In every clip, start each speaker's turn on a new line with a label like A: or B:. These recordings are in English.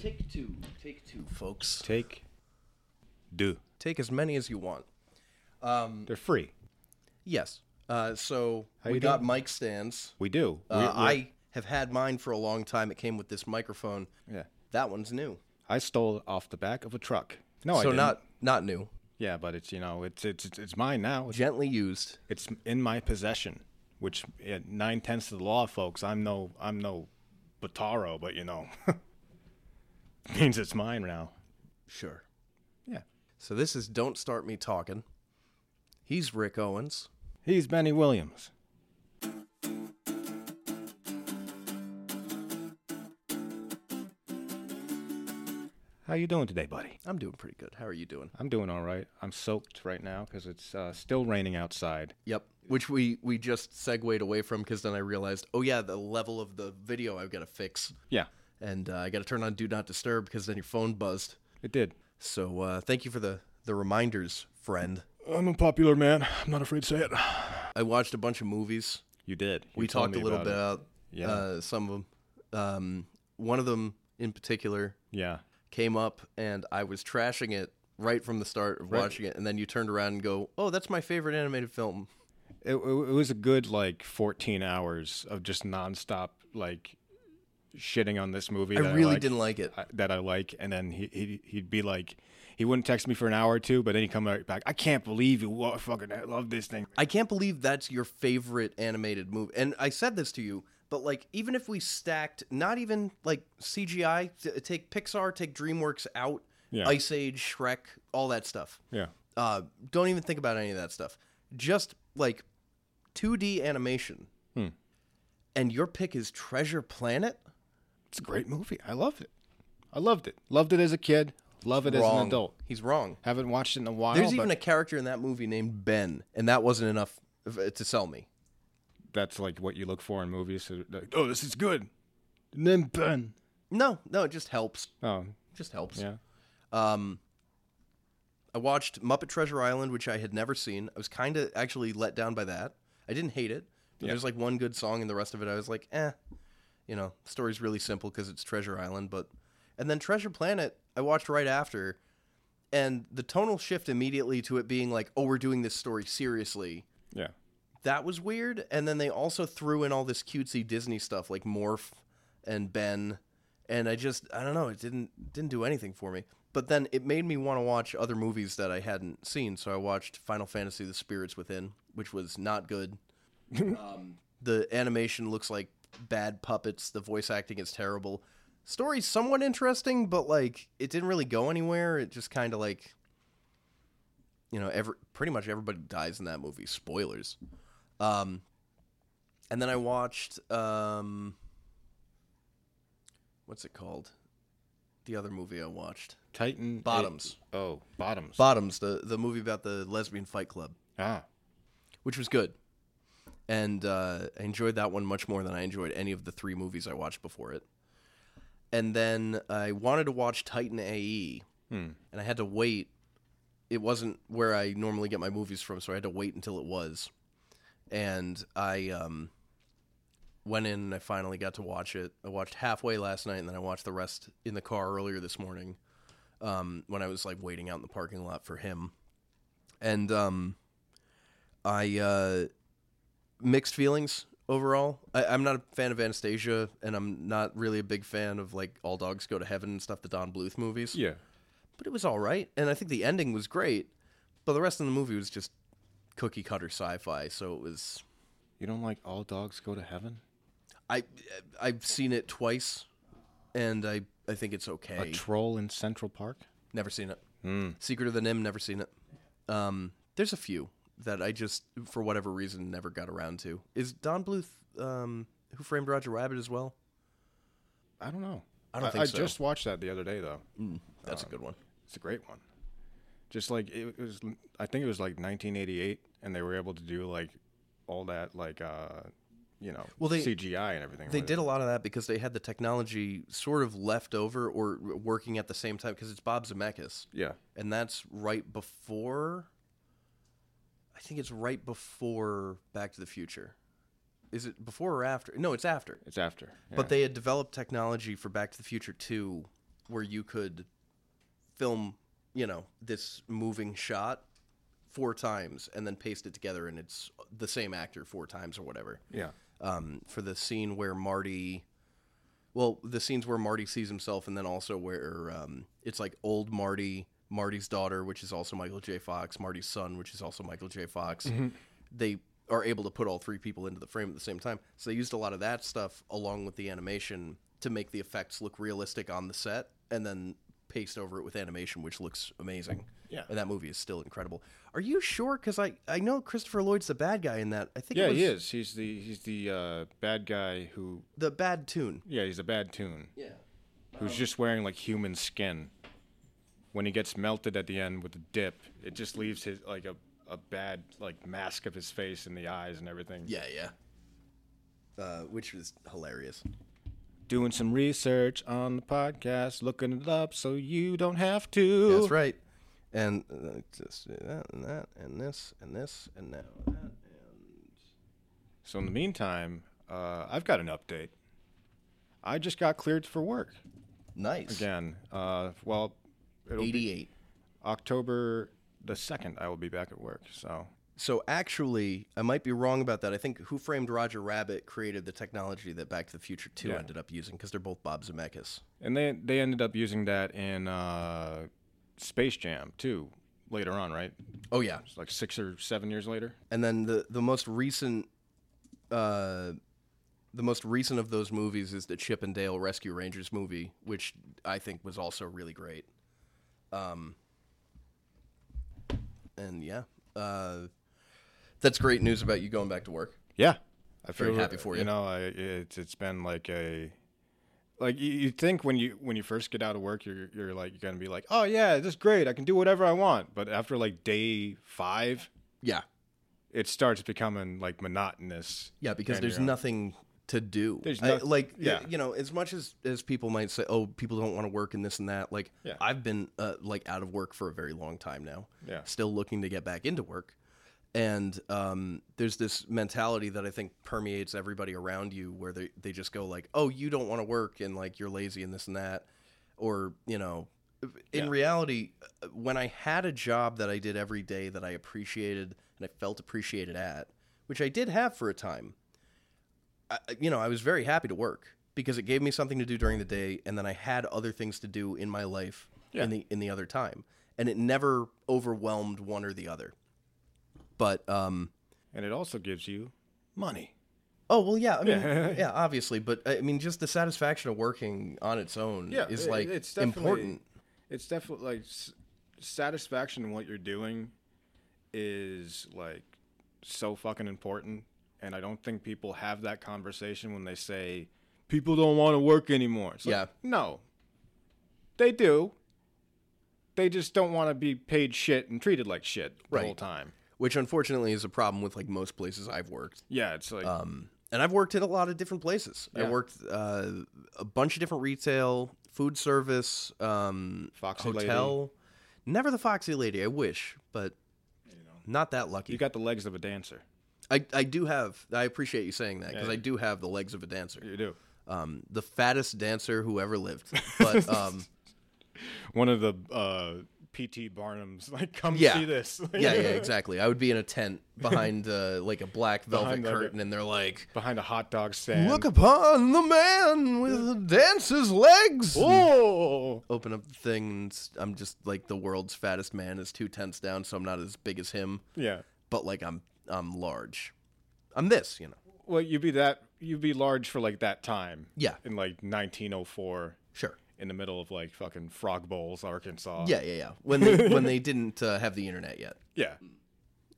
A: Take two. Take two, folks.
B: Take. Do.
A: Take as many as you want.
B: They're free.
A: Yes. Uh, so
B: How
A: we
B: you
A: got
B: doing?
A: mic stands.
B: We do. We-
A: Uh,
B: we-
A: I have had mine for a long time. It came with this microphone.
B: Yeah.
A: That one's new.
B: I stole it off the back of a truck. No, I
A: so
B: didn't.
A: not not new.
B: Yeah, but it's you know it's it's it's, it's mine now. It's,
A: Gently used.
B: it's in my possession, which yeah, nine tenths of the law, folks. I'm no I'm no Bataro, but you know means it's mine now.
A: Sure.
B: Yeah.
A: So this is Don't Start Me Talking. He's Rick Owens.
B: He's Benny Williams. How you doing today, buddy?
A: I'm doing pretty good. How are you doing?
B: I'm doing all right. I'm soaked right now because it's uh, still raining outside.
A: Yep. Which we we just segued away from because then I realized, oh yeah, the level of the video I've got to fix,
B: Yeah,
A: and uh, I got to turn on Do Not Disturb because then your phone buzzed.
B: it did.
A: So uh, thank you for the the reminders, friend.
B: I'm a popular man. I'm not afraid to say it.
A: I watched a bunch of movies.
B: You did. You
A: we
B: told
A: talked a
B: me
A: little
B: about
A: bit
B: it.
A: about
B: Yeah.
A: uh, some of them. Um, one of them in particular
B: Yeah.
A: came up, and I was trashing it right from the start of watching it, and then you turned around and go, "Oh, that's my favorite animated film."
B: It, it, it was a good like 14 hours of just nonstop like shitting on this movie. that
A: I really
B: like.
A: didn't like it.
B: I, that I like, and then he, he he'd be like, he wouldn't text me for an hour or two, but then he'd come right back. I can't believe you wa- fucking love this thing.
A: I can't believe that's your favorite animated movie. And I said this to you, but like, even if we stacked, not even like CGI, t- take Pixar, take DreamWorks out,
B: Yeah.
A: Ice Age, Shrek, all that stuff.
B: Yeah,
A: Uh, don't even think about any of that stuff. Just like 2D animation.
B: Hmm.
A: And your pick is Treasure Planet?
B: it's a great movie. I loved it. I loved it. Loved it as a kid. Love it as
A: Wrong.
B: an adult.
A: He's wrong.
B: Haven't watched it in a while.
A: There's
B: but
A: even a character in that movie named Ben, and that wasn't enough f- to sell me.
B: that's like what you look for in movies. So like, oh, this is good. And then Ben.
A: No, no, it just helps.
B: Oh,
A: Just helps.
B: yeah.
A: I watched Muppet Treasure Island, which I had never seen. I was kind of actually let down by that. I didn't hate it. There There's like one good song, and the rest of it, I was like, eh. You know, the story's really simple because it's Treasure Island, but. And then Treasure Planet, I watched right after, and the tonal shift immediately to it being like, oh, we're doing this story seriously.
B: Yeah.
A: That was weird. And then they also threw in all this cutesy Disney stuff like Morph and Ben, and I just I don't know, it didn't didn't do anything for me. But then it made me want to watch other movies that I hadn't seen. So I watched Final Fantasy: The Spirits Within, which was not good. um, the animation looks like bad puppets. The voice acting is terrible. Story's somewhat interesting, but like it didn't really go anywhere. It just kind of like, you know, every pretty much everybody dies in that movie. Spoilers. Um, and then I watched um, what's it called? The other movie I watched,
B: Titan.
A: Bottoms.
B: oh, Bottoms.
A: Bottoms, the the movie about the lesbian fight club,
B: ah,
A: which was good, and uh, I enjoyed that one much more than I enjoyed any of the three movies I watched before it. And then I wanted to watch Titan E. AE, and I had to wait. It wasn't where I normally get my movies from, so I had to wait until it was. And I um, went in and I finally got to watch it. I watched halfway last night, and then I watched the rest in the car earlier this morning um, when I was like waiting out in the parking lot for him. And um, I uh, mixed feelings overall. I, I'm not a fan of Anastasia, and I'm not really a big fan of like All Dogs Go to Heaven and stuff, the Don Bluth movies
B: yeah.
A: but it was all right. And I think the ending was great, but the rest of the movie was just cookie cutter sci-fi. So it was.
B: You don't like all dogs go to heaven?
A: I I've seen it twice, and I I think it's okay.
B: A troll in Central Park?
A: never seen it. Secret of the Nim. Never seen it. Um, there's a few that I just for whatever reason never got around to. Is Don Bluth um, who framed Roger Rabbit as well?
B: I don't know.
A: I don't think
B: I
A: so.
B: just watched that the other day though.
A: That's a good one.
B: It's a great one. Just like it, it was, I think it was like 1988, and they were able to do like all that like uh, you know,
A: Well, they-
B: CGI and everything.
A: They
B: with
A: did
B: it.
A: a lot of that because they had the technology sort of left over or working at the same time because it's Bob Zemeckis.
B: Yeah,
A: and that's right before I think it's right before Back to the Future. Is it before or after? No, it's after.
B: it's after.
A: But they had developed technology for Back to the Future 2 where you could film, you know, this moving shot four times and then paste it together and it's the same actor four times or whatever.
B: Yeah.
A: Um, for the scene where Marty well, the scenes where Marty sees himself and then also where um, it's like old Marty, Marty's daughter, which is also Michael J. Fox, Marty's son, which is also Michael J. Fox.
B: Mm-hmm.
A: They are able to put all three people into the frame at the same time. So they used a lot of that stuff along with the animation to make the effects look realistic on the set and then paste over it with animation, which looks amazing.
B: Yeah.
A: And that movie is still incredible. Are you sure? Because I, I know Christopher Lloyd's the bad guy in that. I think
B: Yeah,
A: it was
B: he is. He's the he's the uh, bad guy who
A: the bad tune.
B: yeah he's a bad tune
A: Yeah.
B: who's just wearing like human skin. When he gets melted at the end with the dip, it just leaves his like a, a bad like mask of his face and the eyes and everything.
A: Yeah, yeah. Uh, which is hilarious.
B: Doing some research on the podcast, looking it up so you don't have to.
A: That's right. And uh, just do that and that and this and this and now that. And
B: So in the meantime, uh, I've got an update. I just got cleared for work
A: nice.
B: again. Uh, well, it'll be
A: 88.
B: October the 2nd, I will be back at work. So,
A: So actually, I might be wrong about that. I think Who Framed Roger Rabbit created the technology that Back to the Future 2
B: Yeah.
A: ended up using because they're both Bob Zemeckis.
B: and they they ended up using that in uh, Space Jam too later on, right?
A: Oh, yeah.
B: It's like six or seven years later.
A: And then the, the most recent. Uh, the most recent of those movies is the Chip and Dale Rescue Rangers movie, which I think was also really great. Um, and yeah, uh, that's great news about you going back to work.
B: Yeah, I
A: Very happy for you.
B: You know, I, it's it's been like a like you, you think when you when you first get out of work, you're you're like you're gonna be like, oh yeah, this is great, I can do whatever I want. But after like day five,
A: Yeah,
B: it starts becoming like monotonous.
A: yeah, because
B: And
A: there's
B: you're on-
A: nothing to do.
B: There's
A: I-
B: noth-
A: like
B: yeah.
A: you know, as much as as people might say, oh, people don't want to work and this and that. Like
B: Yeah.
A: I've been uh, like out of work for a very long time now.
B: Yeah.
A: still looking to get back into work. And um, there's this mentality that I think permeates everybody around you where they, they just go like, oh, you don't want to work and like you're lazy and this and that. Or, you know, in
B: Yeah.
A: reality, uh, when I had a job that I did every day that I appreciated and I felt appreciated at, which I did have for a time, I, I- you know, I was very happy to work because it gave me something to do during the day, and then I had other things to do in my life
B: Yeah.
A: in the in the other time, and it never overwhelmed one or the other. But um,
B: and it also gives you money.
A: oh well, yeah, I mean, yeah. obviously, but I mean, just the satisfaction of working on its own
B: Yeah,
A: is
B: it-
A: like
B: it's definitely-
A: important.
B: it's definitely like s- satisfaction in what you're doing is like so fucking important and i don't think people have that conversation when they say people don't want to work anymore it's like,
A: Yeah.
B: no they do they just don't want to be paid shit and treated like shit the whole
A: Right.
B: time
A: Which unfortunately is a problem with like most places I've worked.
B: yeah it's like
A: Um, and I've worked in a lot of different places. I
B: Yeah.
A: worked uh, a bunch of different retail, food service, um,
B: Foxy lady.
A: hotel. Never the foxy lady. I wish, but not that lucky.
B: you got the legs of a dancer
A: I, I do have. I appreciate you saying that because
B: Yeah.
A: I do have the legs of a dancer.
B: you do
A: Um, the fattest dancer who ever lived. But um,
B: one of the uh pt barnums like come
A: Yeah.
B: see this
A: yeah, yeah, exactly. I would be in a tent behind uh, like a black velvet
B: Behind the-
A: curtain, and they're like,
B: behind a hot dog stand
A: "Look upon the man with the dancer's legs."
B: oh
A: open up the thing and s- I'm just like the world's fattest man is two tenths down, so I'm not as big as him,
B: yeah
A: but like I'm I'm large. I'm this, you know.
B: Well, you'd be that you'd be large for like that time.
A: Yeah.
B: In like 1904,
A: Sure.
B: in the middle of like fucking Frog Bowls, Arkansas.
A: Yeah, yeah, yeah. When they when they didn't uh, have the internet yet,
B: Yeah.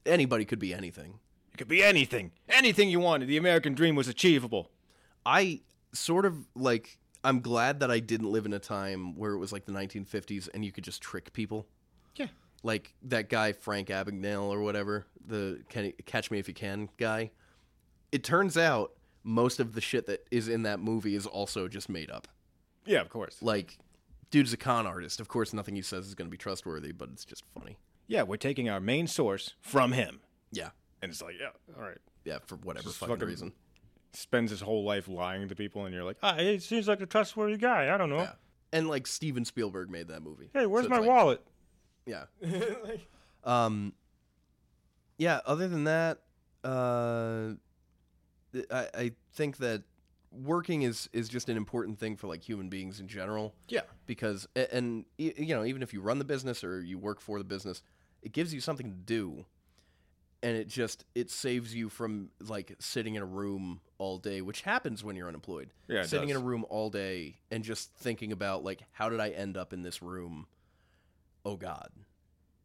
A: anybody could be anything.
B: It could be anything, anything you wanted. The American dream was achievable.
A: I sort of like I'm glad that I didn't live in a time where it was like the 1950s and you could just trick people.
B: Yeah.
A: like that guy Frank Abagnale or whatever, the can, Catch Me If You Can guy. It turns out most of the shit that is in that movie is also just made up.
B: Yeah, of course.
A: Like, dude's a con artist. Of course, nothing he says is going to be trustworthy, but it's just funny.
B: Yeah, we're taking our main source from him,
A: Yeah,
B: and it's like, yeah, all right.
A: yeah, for whatever
B: Just
A: fucking,
B: fucking-
A: reason.
B: Spends his whole life lying to people, and you're like, ah, he seems like a trustworthy guy. I don't know.
A: Yeah. and like Steven Spielberg made that movie.
C: Hey, where's
A: So it's
C: my
A: like-
C: wallet?
A: Yeah.
B: Like,
A: Um, yeah. Other than that, uh, th- I, I think that working is is just an important thing for like human beings in general
B: yeah.
A: because a- and y- you know even if you run the business or you work for the business, it gives you something to do, and it just it saves you from like sitting in a room all day, which happens when you're unemployed
B: Yeah. it
A: sitting
B: does.
A: in a room all day and just thinking about like how did I end up in this room? Oh God,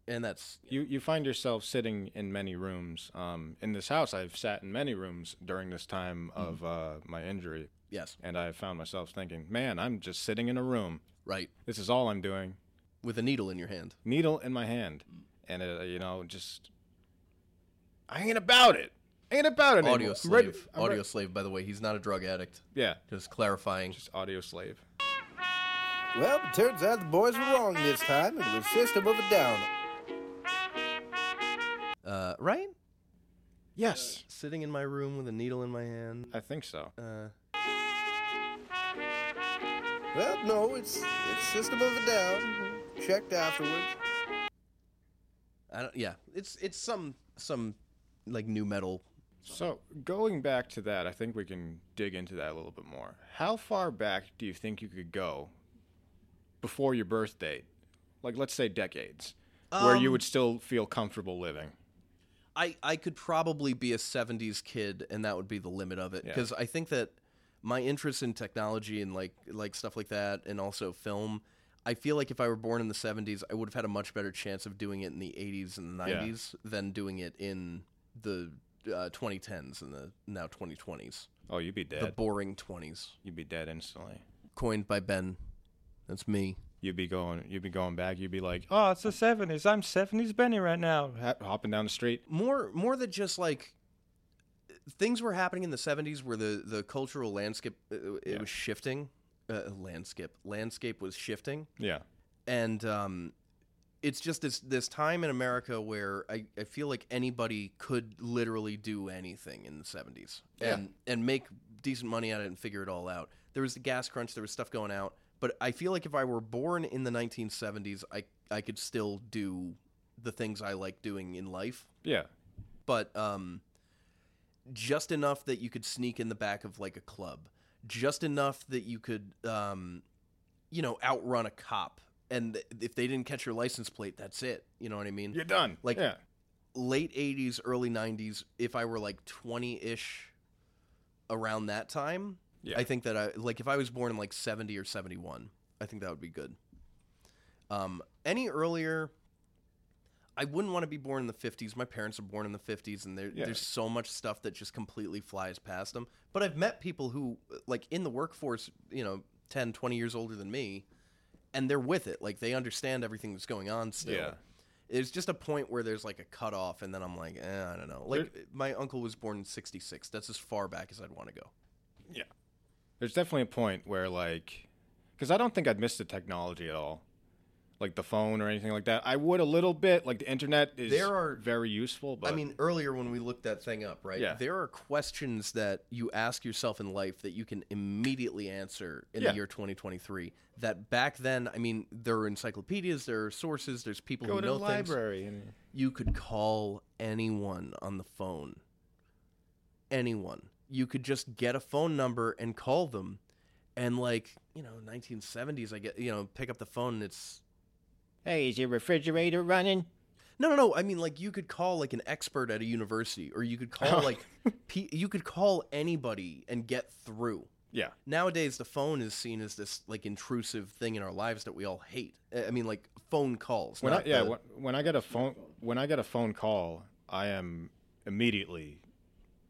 A: and that's
B: you you find yourself sitting in many rooms. Um, in this house, I've sat in many rooms during this time
A: Mm-hmm.
B: of uh, my injury,
A: yes,
B: and I found myself thinking, "Man, I'm just sitting in a room.
A: right,
B: This is all I'm doing.
A: with a needle in your hand.
B: Needle in my hand,
A: Mm.
B: and uh, you know, just I ain't about it. I ain't about it anymore.
A: Audio
B: I'm ready-
A: slave,
B: I'm
A: audio
B: ready-
A: slave. By the way, he's not a drug addict.
B: Yeah,
A: Just clarifying.
B: just audio slave.
D: Well, it turns out the boys were wrong this time. It was System of a Down.
A: Uh, right,
B: Yes,
A: sitting in my room with a needle in my hand.
B: I think so.
A: Uh,
D: Well, no, it's it's System of a Down. Checked afterwards.
A: I don't, yeah, it's it's some some like new metal.
B: So going back to that, I think we can dig into that a little bit more. How far back do you think you could go before your birth date? Like let's say decades, where you
A: Um,
B: would still feel comfortable living.
A: I, I could probably be a 70s kid and that would be the limit of it
B: Yeah.
A: because I think that my interest in technology and like like stuff like that and also film I feel like if I were born in the 70s I would have had a much better chance of doing it in the 80s and the
B: Yeah.
A: 90s than doing it in the uh, 2010s and the now 2020s
B: Oh, you'd be
A: the
B: dead.
A: boring 20s
B: you'd be dead instantly.
A: coined by Ben that's me
B: You'd be going. You'd be going back. You'd be like
C: Oh, it's the 70s. I'm 70s Benny right now.
B: hop- hopping down the street.
A: more more than just like things were happening in the 70s where the the cultural landscape uh, it
B: Yeah.
A: was shifting uh, landscape landscape was shifting
B: Yeah.
A: and um it's just this this time in America where I, I feel like anybody could literally do anything in the 70s
B: Yeah.
A: and and make decent money at it and figure it all out. There was the gas crunch, there was stuff going out, but I feel like if I were born in the 1970s, I I could still do the things I like doing in life
B: Yeah.
A: but um, just enough that you could sneak in the back of like a club, just enough that you could, um, you know, outrun a cop. And th- if they didn't catch your license plate, that's it. You know what I mean?
B: You're done.
A: Like-
B: yeah.
A: Late 80s, early 90s, if I were like 20 ish around that time,
B: Yeah.
A: I think that I, like, if I was born in like 70 or 71, I think that would be good. Um, any earlier, I wouldn't want to be born in the 50s. My parents were born in the 50s, and there,
B: Yeah.
A: there's so much stuff that just completely flies past them. But I've met people who, like, in the workforce, you know, 10, 20 years older than me, and they're with it. Like, they understand everything that's going on still.
B: Yeah.
A: It's just a point where there's like a cutoff, and then I'm like, eh, I don't know. Like, my uncle was born in 66. That's as far back as I'd want to go.
B: There's definitely a point where like, because I don't think I'd miss the technology at all, like the phone or anything like that. I would a little bit. Like the internet is
A: There are-
B: very useful, but
A: I mean, earlier when we looked that thing up, right?
B: Yeah.
A: There are questions that you ask yourself in life that you can immediately answer in
B: Yeah.
A: the year 2023. That back then, I mean, there are encyclopedias, there are sources, there's people who know things.
B: and
A: You could call anyone on the phone. Anyone. You could just get a phone number and call them. And like, you know, 1970s, I get, you know, pick up the phone and it's
B: hey, is your refrigerator running?
A: No, no, no. I mean, like you could call like an expert at a university, or you could call
B: Oh.
A: like pe- you could call anybody and get through.
B: Yeah,
A: Nowadays, the phone is seen as this like intrusive thing in our lives that we all hate. I I mean, like phone calls.
B: when I,
A: not
B: yeah,
A: the-
B: when, when I get a phone when I get a phone call, I am immediately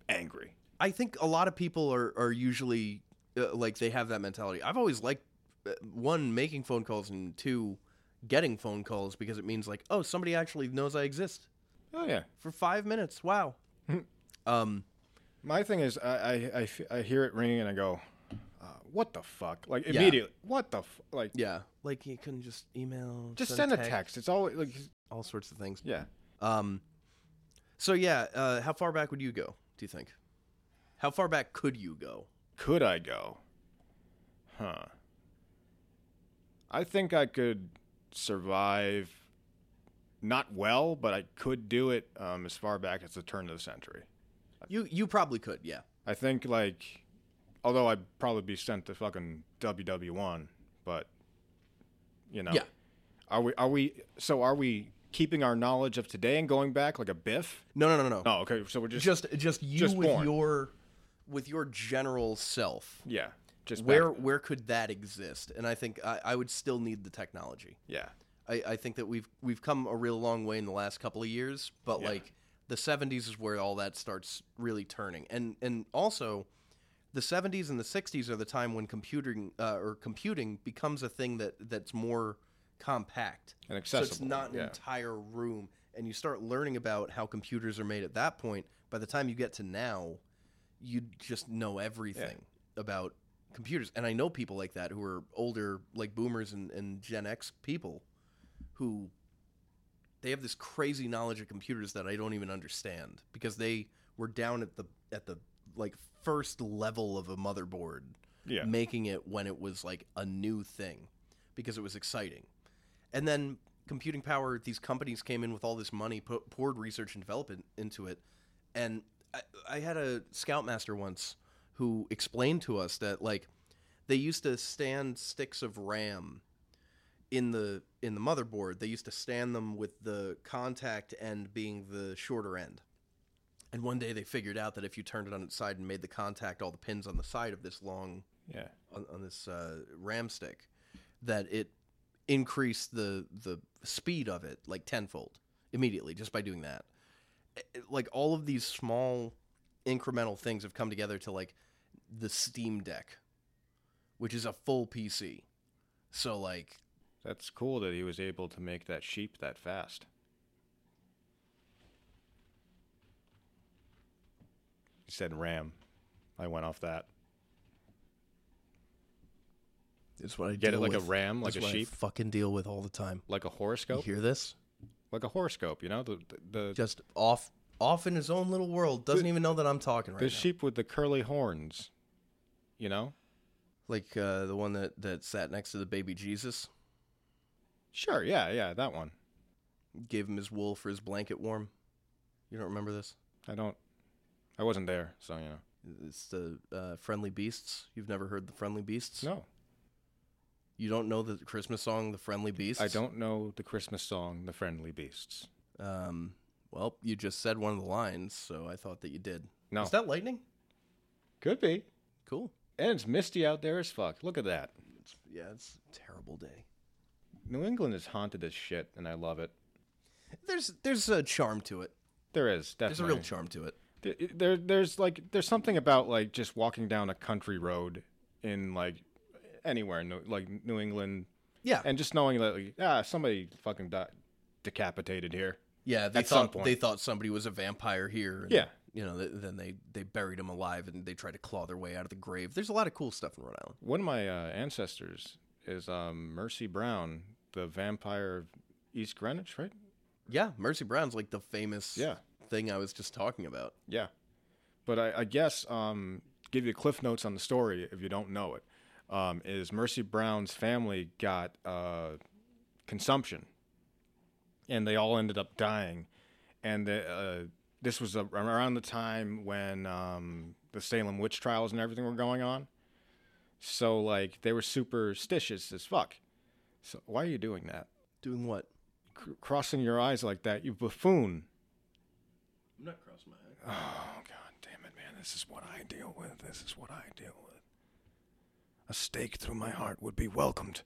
B: angry.
A: I think a lot of people are are usually uh, like they have that mentality. I've always liked uh, one making phone calls and two getting phone calls because it means like oh somebody actually knows I exist
B: Oh yeah,
A: for five minutes. Wow.
B: Hmm.
A: um.
B: my thing is I I, I f- I hear it ringing and I go, uh, what the fuck? Like
A: Yeah.
B: immediately, what the f-? like?
A: Yeah. Like you couldn't just email.
B: Just send a text. It's always like
A: all sorts of things.
B: yeah.
A: Um, so yeah, uh, how far back would you go? Do you think? How far back could you go?
B: Could I go? Huh. I think I could survive, not well, but I could do it um, as far back as the turn of the century.
A: You you probably could, yeah.
B: I think like, although I'd probably be sent to fucking WW one, but you know,
A: Yeah.
B: Are we? Are we? So are we keeping our knowledge of today and going back like a Biff?
A: No, no, no, no, no.
B: Oh, okay. So we're just,
A: Just just you
B: Just
A: with
B: born.
A: your with your general self.
B: yeah, just
A: Where
B: back-
A: where could that exist? And I think I, I would still need the technology.
B: yeah,
A: I, I think that we've we've come a real long way in the last couple of years, but
B: Yeah.
A: like the seventies is where all that starts really turning. And and also the seventies and the sixties are the time when computing uh, or computing becomes a thing that that's more compact.
B: and
A: So
B: accessible.
A: it's not an
B: yeah.
A: entire room and you start learning about how computers are made at that point. By the time you get to now, you just know everything about computers. And I know people like that who are older, like boomers and, and Gen X people who they have this crazy knowledge of computers that I don't even understand because they were down at the at the like first level of a motherboard
B: Yeah.
A: making it when it was like a new thing because it was exciting. And then computing power these companies came in with all this money pu- poured research and development into it and I, I had a scoutmaster once who explained to us that like they used to stand sticks of RAM in the in the motherboard. They used to stand them with the contact end being the shorter end. And one day they figured out that if you turned it on its side and made the contact, all the pins on the side of this long
B: yeah.
A: on, on this uh, RAM stick, that it increased the the speed of it like tenfold immediately just by doing that. It- it- like all of these small incremental things have come together to like the Steam Deck, which is a full PC. So like
B: That's cool that he was able to make that sheep that fast. He said ram. I went off that.
A: It's what I
B: Get it
A: deal
B: like a
A: with.
B: ram, like
A: It's
B: a
A: what I
B: sheep?
A: fucking deal with all the time.
B: Like a horoscope?
A: You hear this?
B: Like a horoscope, you know? The the, the,
A: Just off, off in his own little world. Doesn't even know that I'm talking right
B: the
A: now.
B: sheep with the curly horns. You know?
A: Like uh, the one that that sat next to the baby Jesus,
B: Sure, yeah, yeah, that one.
A: gave him his wool for his blanket warm. You don't remember this?
B: I don't I wasn't there, so you know.
A: It's the uh, Friendly Beasts. You've never heard the Friendly Beasts?
B: No.
A: You don't know the Christmas song, The Friendly Beasts?
B: I don't know the Christmas song, The Friendly Beasts.
A: Um, well, you just said one of the lines, so I thought that you did.
B: No.
A: Is that lightning?
B: Could be.
A: Cool.
B: And it's misty out there as fuck. Look at that.
A: It's, yeah, it's a terrible day.
B: New England is haunted as shit, and I love it.
A: There's there's a charm to it.
B: There is
A: There's a
B: definitely
A: real charm to it.
B: There, there, there's like there's something about like just walking down a country road in like anywhere in New- like New England,
A: Yeah.
B: and just knowing that like, ah somebody fucking died, decapitated here.
A: Yeah, they
B: At some
A: thought
B: point.
A: they thought somebody was a vampire here. and,
B: Yeah.
A: you know, th- then they they buried him alive and they tried to claw their way out of the grave. There's a lot of cool stuff in Rhode Island.
B: One of my uh, ancestors is um, Mercy Brown, the vampire of East Greenwich, right?
A: Yeah, Mercy Brown's like the famous
B: Yeah.
A: thing I was just talking about.
B: Yeah, but I, I guess um, give you cliff notes on the story if you don't know it. Um, is Mercy Brown's family got uh, consumption, and they all ended up dying, and the, uh, this was a, around the time when um, the Salem witch trials and everything were going on. So like they were superstitious as fuck. So why are you doing that?
A: Doing what?
B: C- crossing your eyes like that, you buffoon.
A: I'm not crossing my eyes.
B: Oh god damn it, man. This is what I deal with. This is what I deal with. A stake through my heart would be welcomed.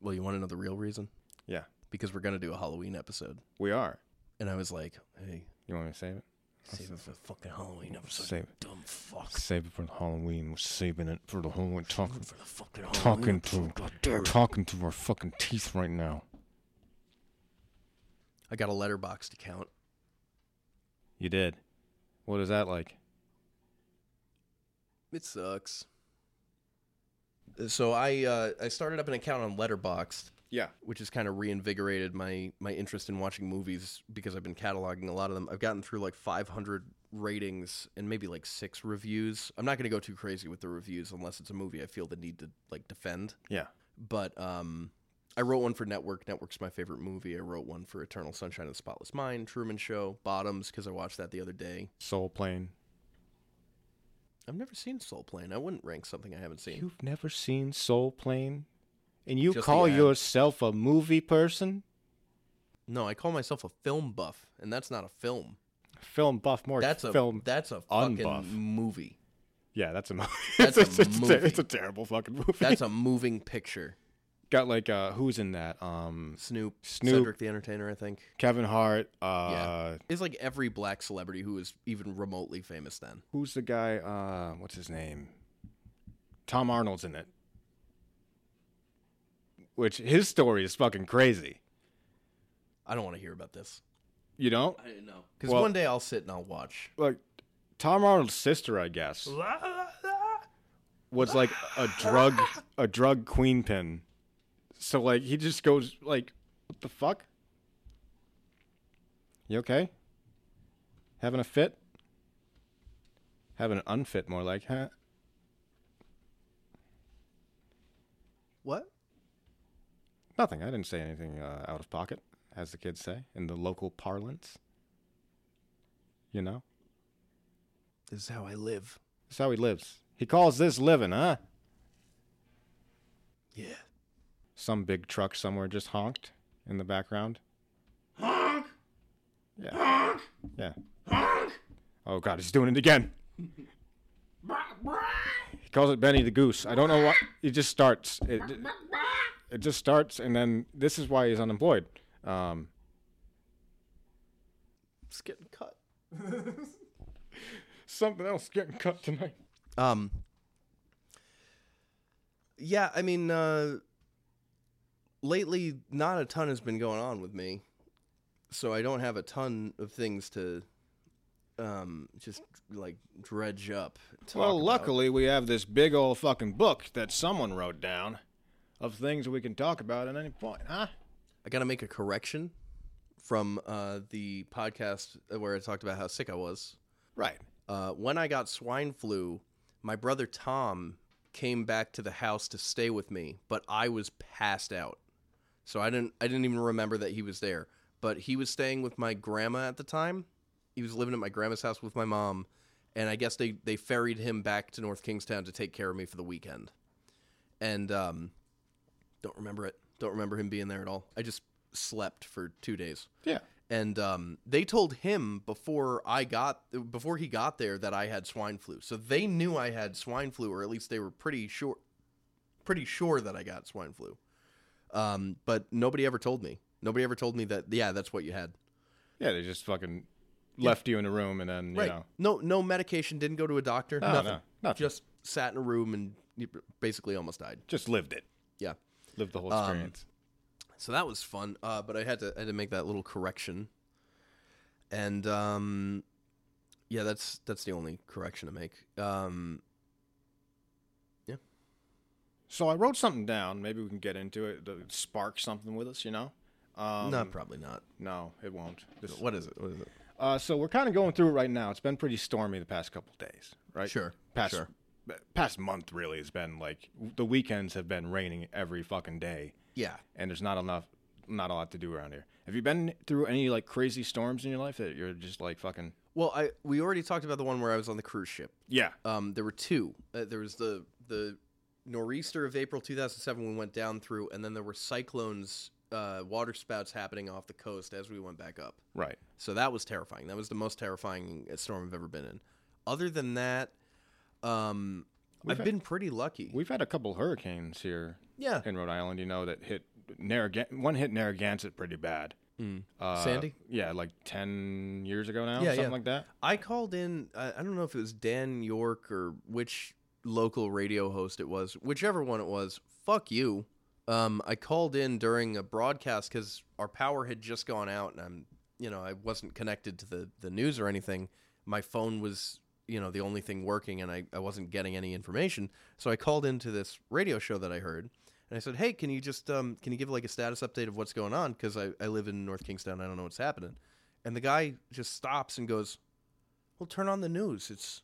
A: Well, you want to know the real reason?
B: Yeah.
A: Because we're gonna do a Halloween episode,
B: We are.
A: and I was like, hey,
B: You want me to save it?
A: save it for the fucking Halloween episode.
B: Save it.
A: Dumb fuck.
B: Save it for the Halloween. We're saving it for the Halloween. Talking
A: For the fucking Halloween.
B: talking to talking to our fucking teeth right now.
A: I got a letterbox to count.
B: You did. What is that like?
A: It sucks. So I uh, I started up an account on Letterboxd.
B: Yeah.
A: which has kind of reinvigorated my my interest in watching movies because I've been cataloging a lot of them. I've gotten through like 500 ratings and maybe like six reviews. I'm not going to go too crazy with the reviews unless it's a movie I feel the need to like defend.
B: Yeah.
A: But um, I wrote one for Network. Network's my favorite movie. I wrote one for Eternal Sunshine of the Spotless Mind, Truman Show, Bottoms, because I watched that the other day.
B: Soul Plane.
A: I've never seen Soul Plane. I wouldn't rank something I haven't seen.
B: You've never seen Soul Plane? And you
A: Just the
B: call
A: ad.
B: yourself a movie person?
A: No, I call myself a film buff, and that's not a film.
B: Film buff more
A: That's a
B: film.
A: That's a fucking
B: unbuff.
A: movie.
B: yeah, that's a movie.
A: That's
B: it's,
A: a
B: it's ter-
A: movie.
B: it's a terrible fucking movie.
A: That's a moving picture.
B: got like uh who's in that? Um
A: Snoop,
B: Snoop.
A: Cedric the Entertainer, I think.
B: Kevin Hart, uh
A: It's like every black celebrity who is even remotely famous then.
B: who's the guy uh what's his name? Tom Arnold's in it. Which his story is fucking crazy.
A: I don't want to hear about this.
B: You know?
A: I didn't know. Because
B: Well-
A: one day I'll sit and I'll watch.
B: Like Tom Arnold's sister, I guess.
C: La, la, la.
B: was like a drug a drug queen pin. So like he just goes like what the fuck? You okay? Having a fit? Having an unfit more like, huh?
A: What?
B: Nothing. I didn't say anything uh, out of pocket, as the kids say in the local parlance. You know?
A: This is how I live.
B: That's how he lives. He calls this living, huh?
A: Yeah.
B: Some big truck somewhere just honked in the background. Honk. Yeah. Yeah. Oh god, he's doing it again. he calls it Benny the Goose. I don't know why. It just starts. It, it just starts, and then this is why he's unemployed. Um,
A: It's getting cut.
B: something else getting cut tonight.
A: Um. Yeah, I mean, uh, lately not a ton has been going on with me, so I don't have a ton of things to, um, just like dredge up. talk
B: Well,
A: about.
B: luckily we have this big old fucking book that someone wrote down of things we can talk about at any point, huh?
A: I got to make a correction from uh, the podcast where I talked about how sick I was.
B: Right.
A: Uh, when I got swine flu, my brother Tom came back to the house to stay with me, but I was passed out. So I didn't I didn't even remember that he was there. But he was staying with my grandma at the time. He was living at my grandma's house with my mom, and I guess they they ferried him back to North Kingstown to take care of me for the weekend. And um don't remember it. Don't remember him being there at all. I just slept for 2 days
B: Yeah.
A: and um, they told him before I got before he got there that I had swine flu. So they knew I had swine flu, or at least they were pretty sure, pretty sure that I got swine flu. Um, but nobody ever told me. Nobody ever told me that. Yeah, that's what you had.
B: Yeah, they just fucking left you in a room and then, you
A: right.
B: know.
A: No, no medication. Didn't go to a doctor.
B: Oh, No,
A: nothing.
B: no, nothing.
A: Just sat in a room and you basically almost died.
B: Just lived it.
A: Yeah.
B: Lived the whole
A: Um,
B: experience.
A: So that was fun. Uh, but I had to I had to make that little correction. And um, yeah, that's that's the only correction to make. Um,
B: so I wrote something down. Maybe we can get into it. To spark something with us, you know? Um,
A: no, probably not.
B: no, it won't. This-
A: What is it? What is it?
B: Uh, so we're kind of going through it right now. It's been pretty stormy the past couple days, right?
A: Sure,
B: Past,
A: sure.
B: Past month really has been like the weekends have been raining every fucking day,
A: Yeah,
B: and there's not enough, not a lot to do around here. Have you been through any like crazy storms in your life that you're just like fucking?
A: Well, I we already talked about the one where I was on the cruise ship.
B: Yeah.
A: Um, there were two. Uh, there was the the nor'easter of April 2007 we went down through, and then there were cyclones, uh, water spouts happening off the coast as we went back up.
B: Right.
A: So that was terrifying. That was the most terrifying uh, storm I've ever been in. Other than that, um, I've
B: had-
A: been pretty lucky.
B: We've had a couple hurricanes here
A: yeah,
B: in Rhode Island, you know, that hit Narragansett. One hit Narragansett pretty bad. Uh,
A: Hmm. Sandy?
B: Yeah, like ten years ago now,
A: Yeah,
B: something
A: yeah.
B: like that.
A: I called in. I I don't know if it was Dan York or which local radio host it was, whichever one it was. Fuck you. Um, I called in during a broadcast because our power had just gone out, and I'm, you know, I wasn't connected to the the news or anything. My phone was, you know, the only thing working, and I I wasn't getting any information. So I called into this radio show that I heard. And I said, "Hey, can you just um, can you give like a status update of what's going on? Because I, I live in North Kingstown, I don't know what's happening." And the guy just stops and goes, well, turn on the news. It's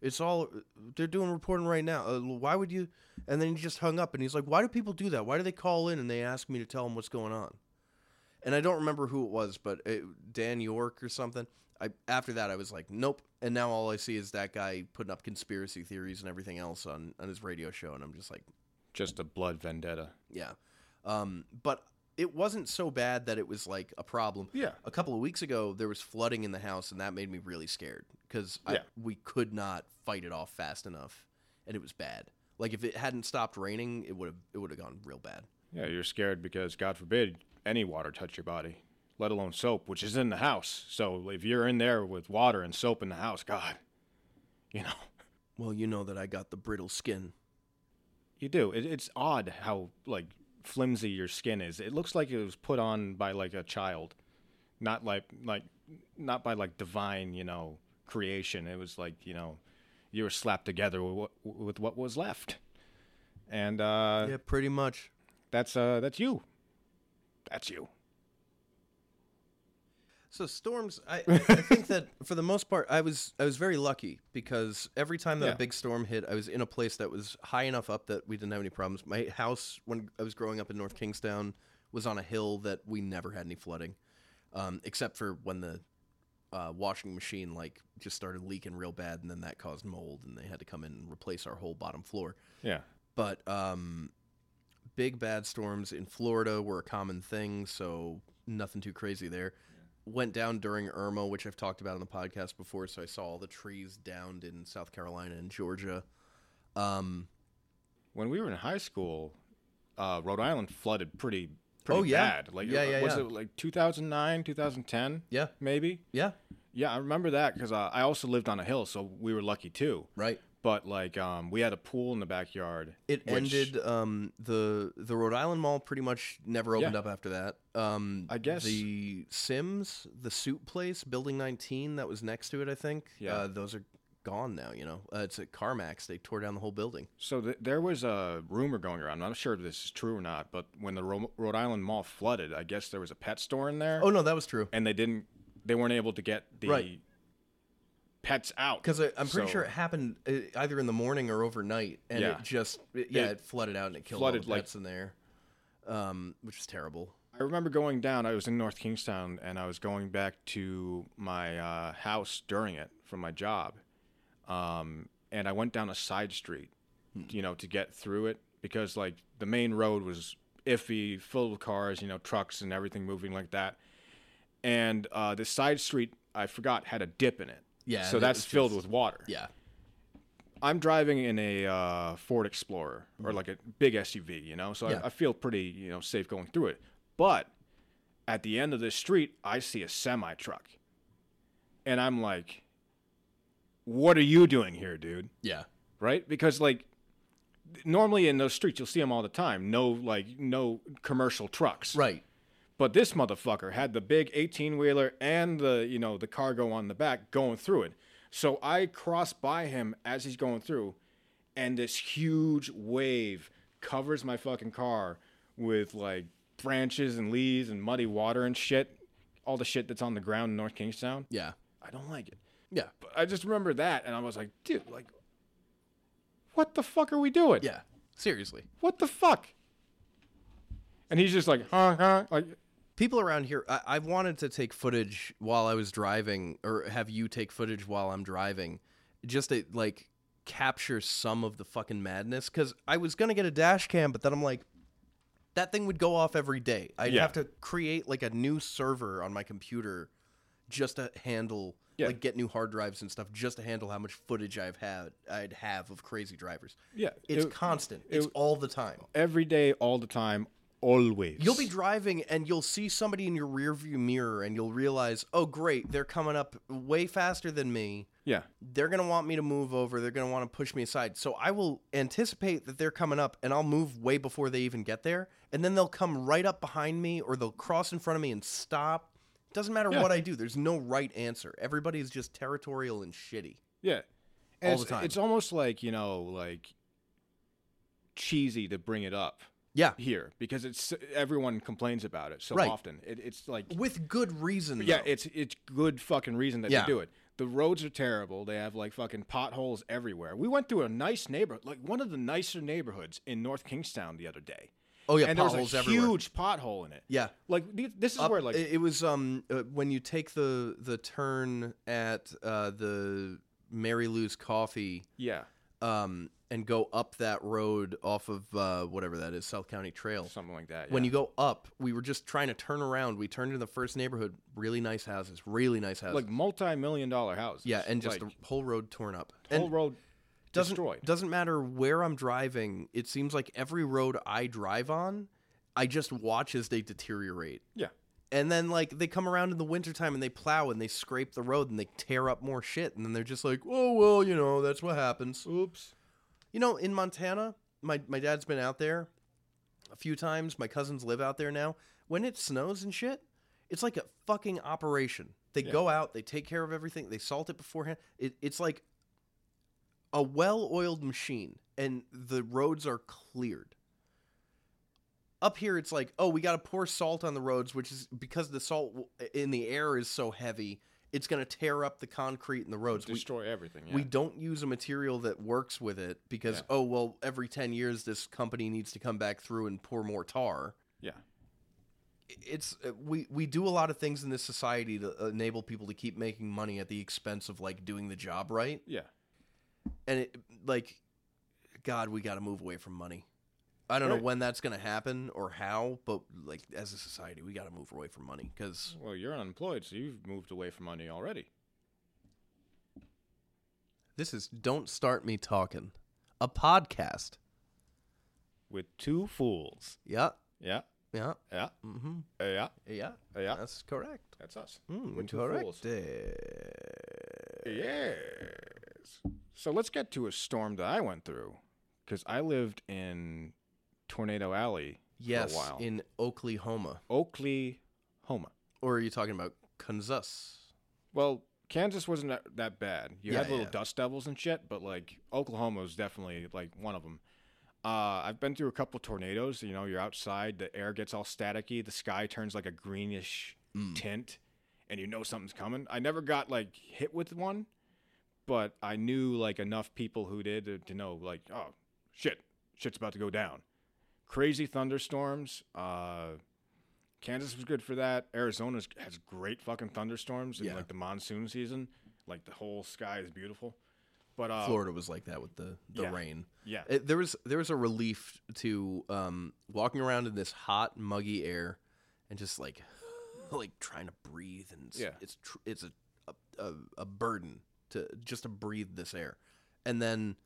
A: It's all they're doing reporting right now. Uh, why would you? And then he just hung up and he's like, "Why do people do that? Why do they call in and they ask me to tell them what's going on?" And I don't remember who it was, but it, Dan York or something. I after that I was like, "Nope." And now all I see is that guy putting up conspiracy theories and everything else on on his radio show, and I'm just like,
B: Just a blood vendetta.
A: yeah. Um, but it wasn't so bad that it was like a problem.
B: Yeah.
A: A couple of weeks ago, there was flooding in the house, and that made me really scared because
B: Yeah.
A: we could not fight it off fast enough, and it was bad. Like if it hadn't stopped raining, it would have it would have gone real bad.
B: Yeah, you're scared because God forbid any water touch your body, let alone soap, which is in the house. So if you're in there with water and soap in the house, God, you know,
A: Well, you know that I got the brittle skin.
B: you do. It, it's odd how like flimsy your skin is. It looks like it was put on by like a child, not like like not by like divine, you know, creation. It was like you know, you were slapped together with what, with what was left, and uh,
A: yeah, pretty much.
B: that's uh, that's you. That's you.
A: So storms, I, I think that for the most part, I was I was very lucky because every time that
B: Yeah.
A: a big storm hit, I was in a place that was high enough up that we didn't have any problems. My house, when I was growing up in North Kingstown, was on a hill that we never had any flooding, um, except for when the uh, washing machine like just started leaking real bad, and then that caused mold, and they had to come in and replace our whole bottom floor
B: Yeah.
A: but um, big bad storms in Florida were a common thing, so nothing too crazy there. Went down during Irma, which I've talked about on the podcast before, so I saw all the trees downed in South Carolina and Georgia. Um,
B: when we were in high school, uh, Rhode Island flooded pretty pretty
A: Oh, yeah.
B: bad. Like
A: Yeah, yeah,
B: was
A: yeah.
B: it like 2009, 2010?
A: Yeah.
B: Maybe.
A: yeah,
B: Yeah, I remember that cuz uh, I also lived on a hill, so we were lucky too.
A: right.
B: But like um, we had a pool in the backyard.
A: It
B: which
A: ended um, the the Rhode Island Mall pretty much never opened
B: Yeah.
A: up after that. Um,
B: I guess-
A: the Sims, the suit place, Building 19 that was next to it, I think.
B: Yeah.
A: uh, those are gone now. You know, uh, it's at CarMax. They tore down the whole building.
B: So th- there was a rumor going around. I'm not sure if this is true or not, but when the Ro- Rhode Island Mall flooded, I guess there was a pet store in there
A: Oh no, that was true.
B: and they didn't they weren't able to get the
A: Right.
B: pets out.
A: Because uh, I'm pretty
B: So-
A: sure it happened uh, either in the morning or overnight, and
B: Yeah.
A: it just it- yeah,
B: It
A: it, flooded out and it killed all
B: flooded,
A: the
B: like-
A: pets in there, um, which is terrible.
B: I remember going down. I was in North Kingstown, and I was going back to my uh, house during it from my job. Um, and I went down a side street,
A: Hmm.
B: you know, to get through it because like the main road was iffy, full of cars, you know, trucks and everything moving like that. And uh, the side street, I forgot, had a dip in it.
A: Yeah, and
B: So
A: it
B: that's
A: was
B: filled
A: just-
B: with water.
A: Yeah,
B: I'm driving in a uh, Ford Explorer or like a big SUV, you know, so
A: Yeah.
B: I, I feel pretty, you know, safe going through it. But at the end of this street, I see a semi truck, and I'm like, "What are you doing here, dude?"
A: yeah,
B: Right? Because like normally in those streets, you'll see them all the time. No, like no commercial trucks.
A: right.
B: But this motherfucker had the big 18 wheeler and the, you know, the cargo on the back going through it. So I cross by him as he's going through, and this huge wave covers my fucking car with like branches and leaves and muddy water and shit. All the shit that's on the ground in North Kingstown.
A: Yeah,
B: I don't like it.
A: yeah,
B: But I just remember that, and I was like, dude, like, what the fuck are we doing?
A: yeah. Seriously,
B: What the fuck? And he's just like, huh, huh, like,
A: people around here. I, I wanted to take footage while I was driving, or have you take footage while I'm driving, just to like capture some of the fucking madness. Because I was gonna get a dash cam, but then I'm like, that thing would go off every day. I'd
B: Yeah.
A: have to create like a new server on my computer just to handle
B: Yeah.
A: like get new hard drives and stuff just to handle how much footage I've had I'd have of crazy drivers.
B: Yeah,
A: It's
B: it-
A: constant. It's all the time.
B: every day, all the time, always.
A: You'll be driving and you'll see somebody in your rearview mirror and you'll realize, "Oh great, they're coming up way faster than me."
B: yeah,
A: they're going to want me to move over. They're going to want to push me aside. So I will anticipate that they're coming up and I'll move way before they even get there. And then they'll come right up behind me or they'll cross in front of me and stop. Doesn't matter what I do. There's no right answer. Everybody is just territorial and shitty.
B: yeah,
A: All
B: it's,
A: the time.
B: It's almost like you know, like cheesy to bring it up.
A: Yeah.
B: here because it's everyone complains about it so
A: Right.
B: often. It, it's like
A: With good reason.
B: yeah,
A: though.
B: it's it's good fucking reason that
A: Yeah.
B: they do it. The roads are terrible. They have like fucking potholes everywhere. We went through a nice neighborhood, like one of the nicer neighborhoods in North Kingstown the other day.
A: Oh, yeah,
B: and there was
A: potholes
B: a
A: everywhere.
B: huge pothole in it.
A: Yeah.
B: like th- this is
A: Up-
B: where like
A: it, it was um uh, when you take the the turn at uh, the Mary Lou's Coffee
B: yeah,
A: um and go up that road off of uh, whatever that is South County Trail.
B: something like that.
A: When
B: yeah.
A: you go up, we were just trying to turn around. We turned into the first neighborhood. Really nice houses. Really nice houses.
B: like multi-million dollar houses.
A: yeah, and just
B: like,
A: the whole road torn up.
B: whole
A: and
B: road
A: doesn't
B: destroyed.
A: doesn't matter where I'm driving. It seems like every road I drive on, I just watch as they deteriorate.
B: yeah,
A: And then like they come around in the wintertime and they plow and they scrape the road and they tear up more shit and then they're just like, "Oh, well, you know, that's what happens."
B: oops.
A: You know, in Montana, my my dad's been out there a few times. My cousins live out there now. When it snows and shit, it's like a fucking operation. They go out, they take care of everything, they salt it beforehand. It, it's like a well-oiled machine, and the roads are cleared. Up here, it's like, oh, we got to pour salt on the roads, which is because the salt w- in the air is so heavy, it's going to tear up the concrete in the roads. We-
B: Destroy everything. Yeah.
A: we don't use a material that works with it because
B: Yeah.
A: oh well every 10 years this company needs to come back through and pour more tar
B: yeah,
A: I- it's uh, we we do a lot of things in this society to enable people to keep making money at the expense of like doing the job right
B: yeah.
A: and it like god we got to move away from money i don't know
B: Right.
A: when that's going to happen or how but like as a society we got to move away from money cuz
B: Well, you're unemployed, so you've moved away from money already.
A: this is don't start me talking a podcast
B: With two fools.
A: yeah
B: Yeah,
A: yeah
B: yeah,
A: mhm
B: yeah,
A: yeah
B: yeah.
A: that's correct
B: That's us.
A: Mm,
B: We're two
A: correct.
B: fools.
A: Uh,
B: Yes. So let's get to a storm that I went through because I lived in Tornado Alley
A: Yes,
B: for a while.
A: in Oklahoma.
B: Oklahoma.
A: Or are you talking about Kansas?
B: Well, Kansas wasn't that, that bad. You had
A: Yeah,
B: little
A: yeah.
B: dust devils and shit, but like Oklahoma was definitely like one of them. Uh, I've been through a couple tornadoes. You know, you're outside, the air gets all staticky, the sky turns like a greenish
A: Mm.
B: tint, and you know something's coming. I never got like hit with one, but I knew like enough people who did to, to know like, oh shit, shit's about to go down. Crazy thunderstorms. Uh, Kansas was good for that. Arizona has great fucking thunderstorms in
A: Yeah.
B: like the monsoon season. Like the whole sky is beautiful. But uh,
A: Florida was like that with the, the
B: yeah.
A: rain.
B: yeah,
A: It, there was there was a relief to um, walking around in this hot, muggy air, and just like like trying to breathe. And it's
B: Yeah.
A: it's, tr- it's a, a- a a burden to just to breathe this air. And then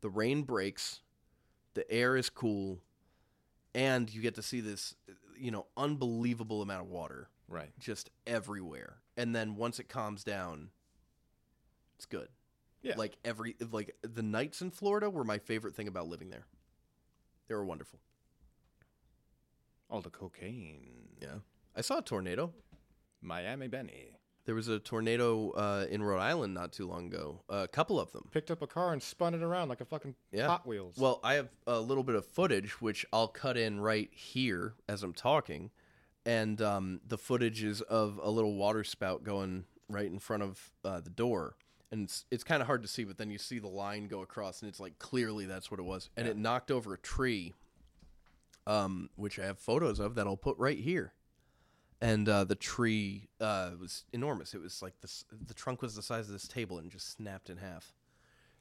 A: the rain breaks, the air is cool, and you get to see this you know unbelievable amount of water
B: right.
A: just everywhere. And then once it calms down, it's good.
B: Yeah.
A: Like every like the nights in Florida were my favorite thing about living there. They were wonderful.
B: All the cocaine.
A: Yeah. I saw a tornado.
B: Miami Benny
A: There was a tornado uh, in Rhode Island not too long ago. A couple of them.
B: picked up a car and spun it around like a fucking
A: Yeah.
B: Hot Wheels.
A: Well, I have a little bit of footage which I'll cut in right here as I'm talking, and um, the footage is of a little water spout going right in front of uh, the door, and it's it's kind of hard to see, but then you see the line go across, and it's like clearly that's what it was, and it knocked over a tree, um, which I have photos of that I'll put right here. And uh, the tree uh, was enormous. It was like this. The trunk was the size of this table and just snapped in half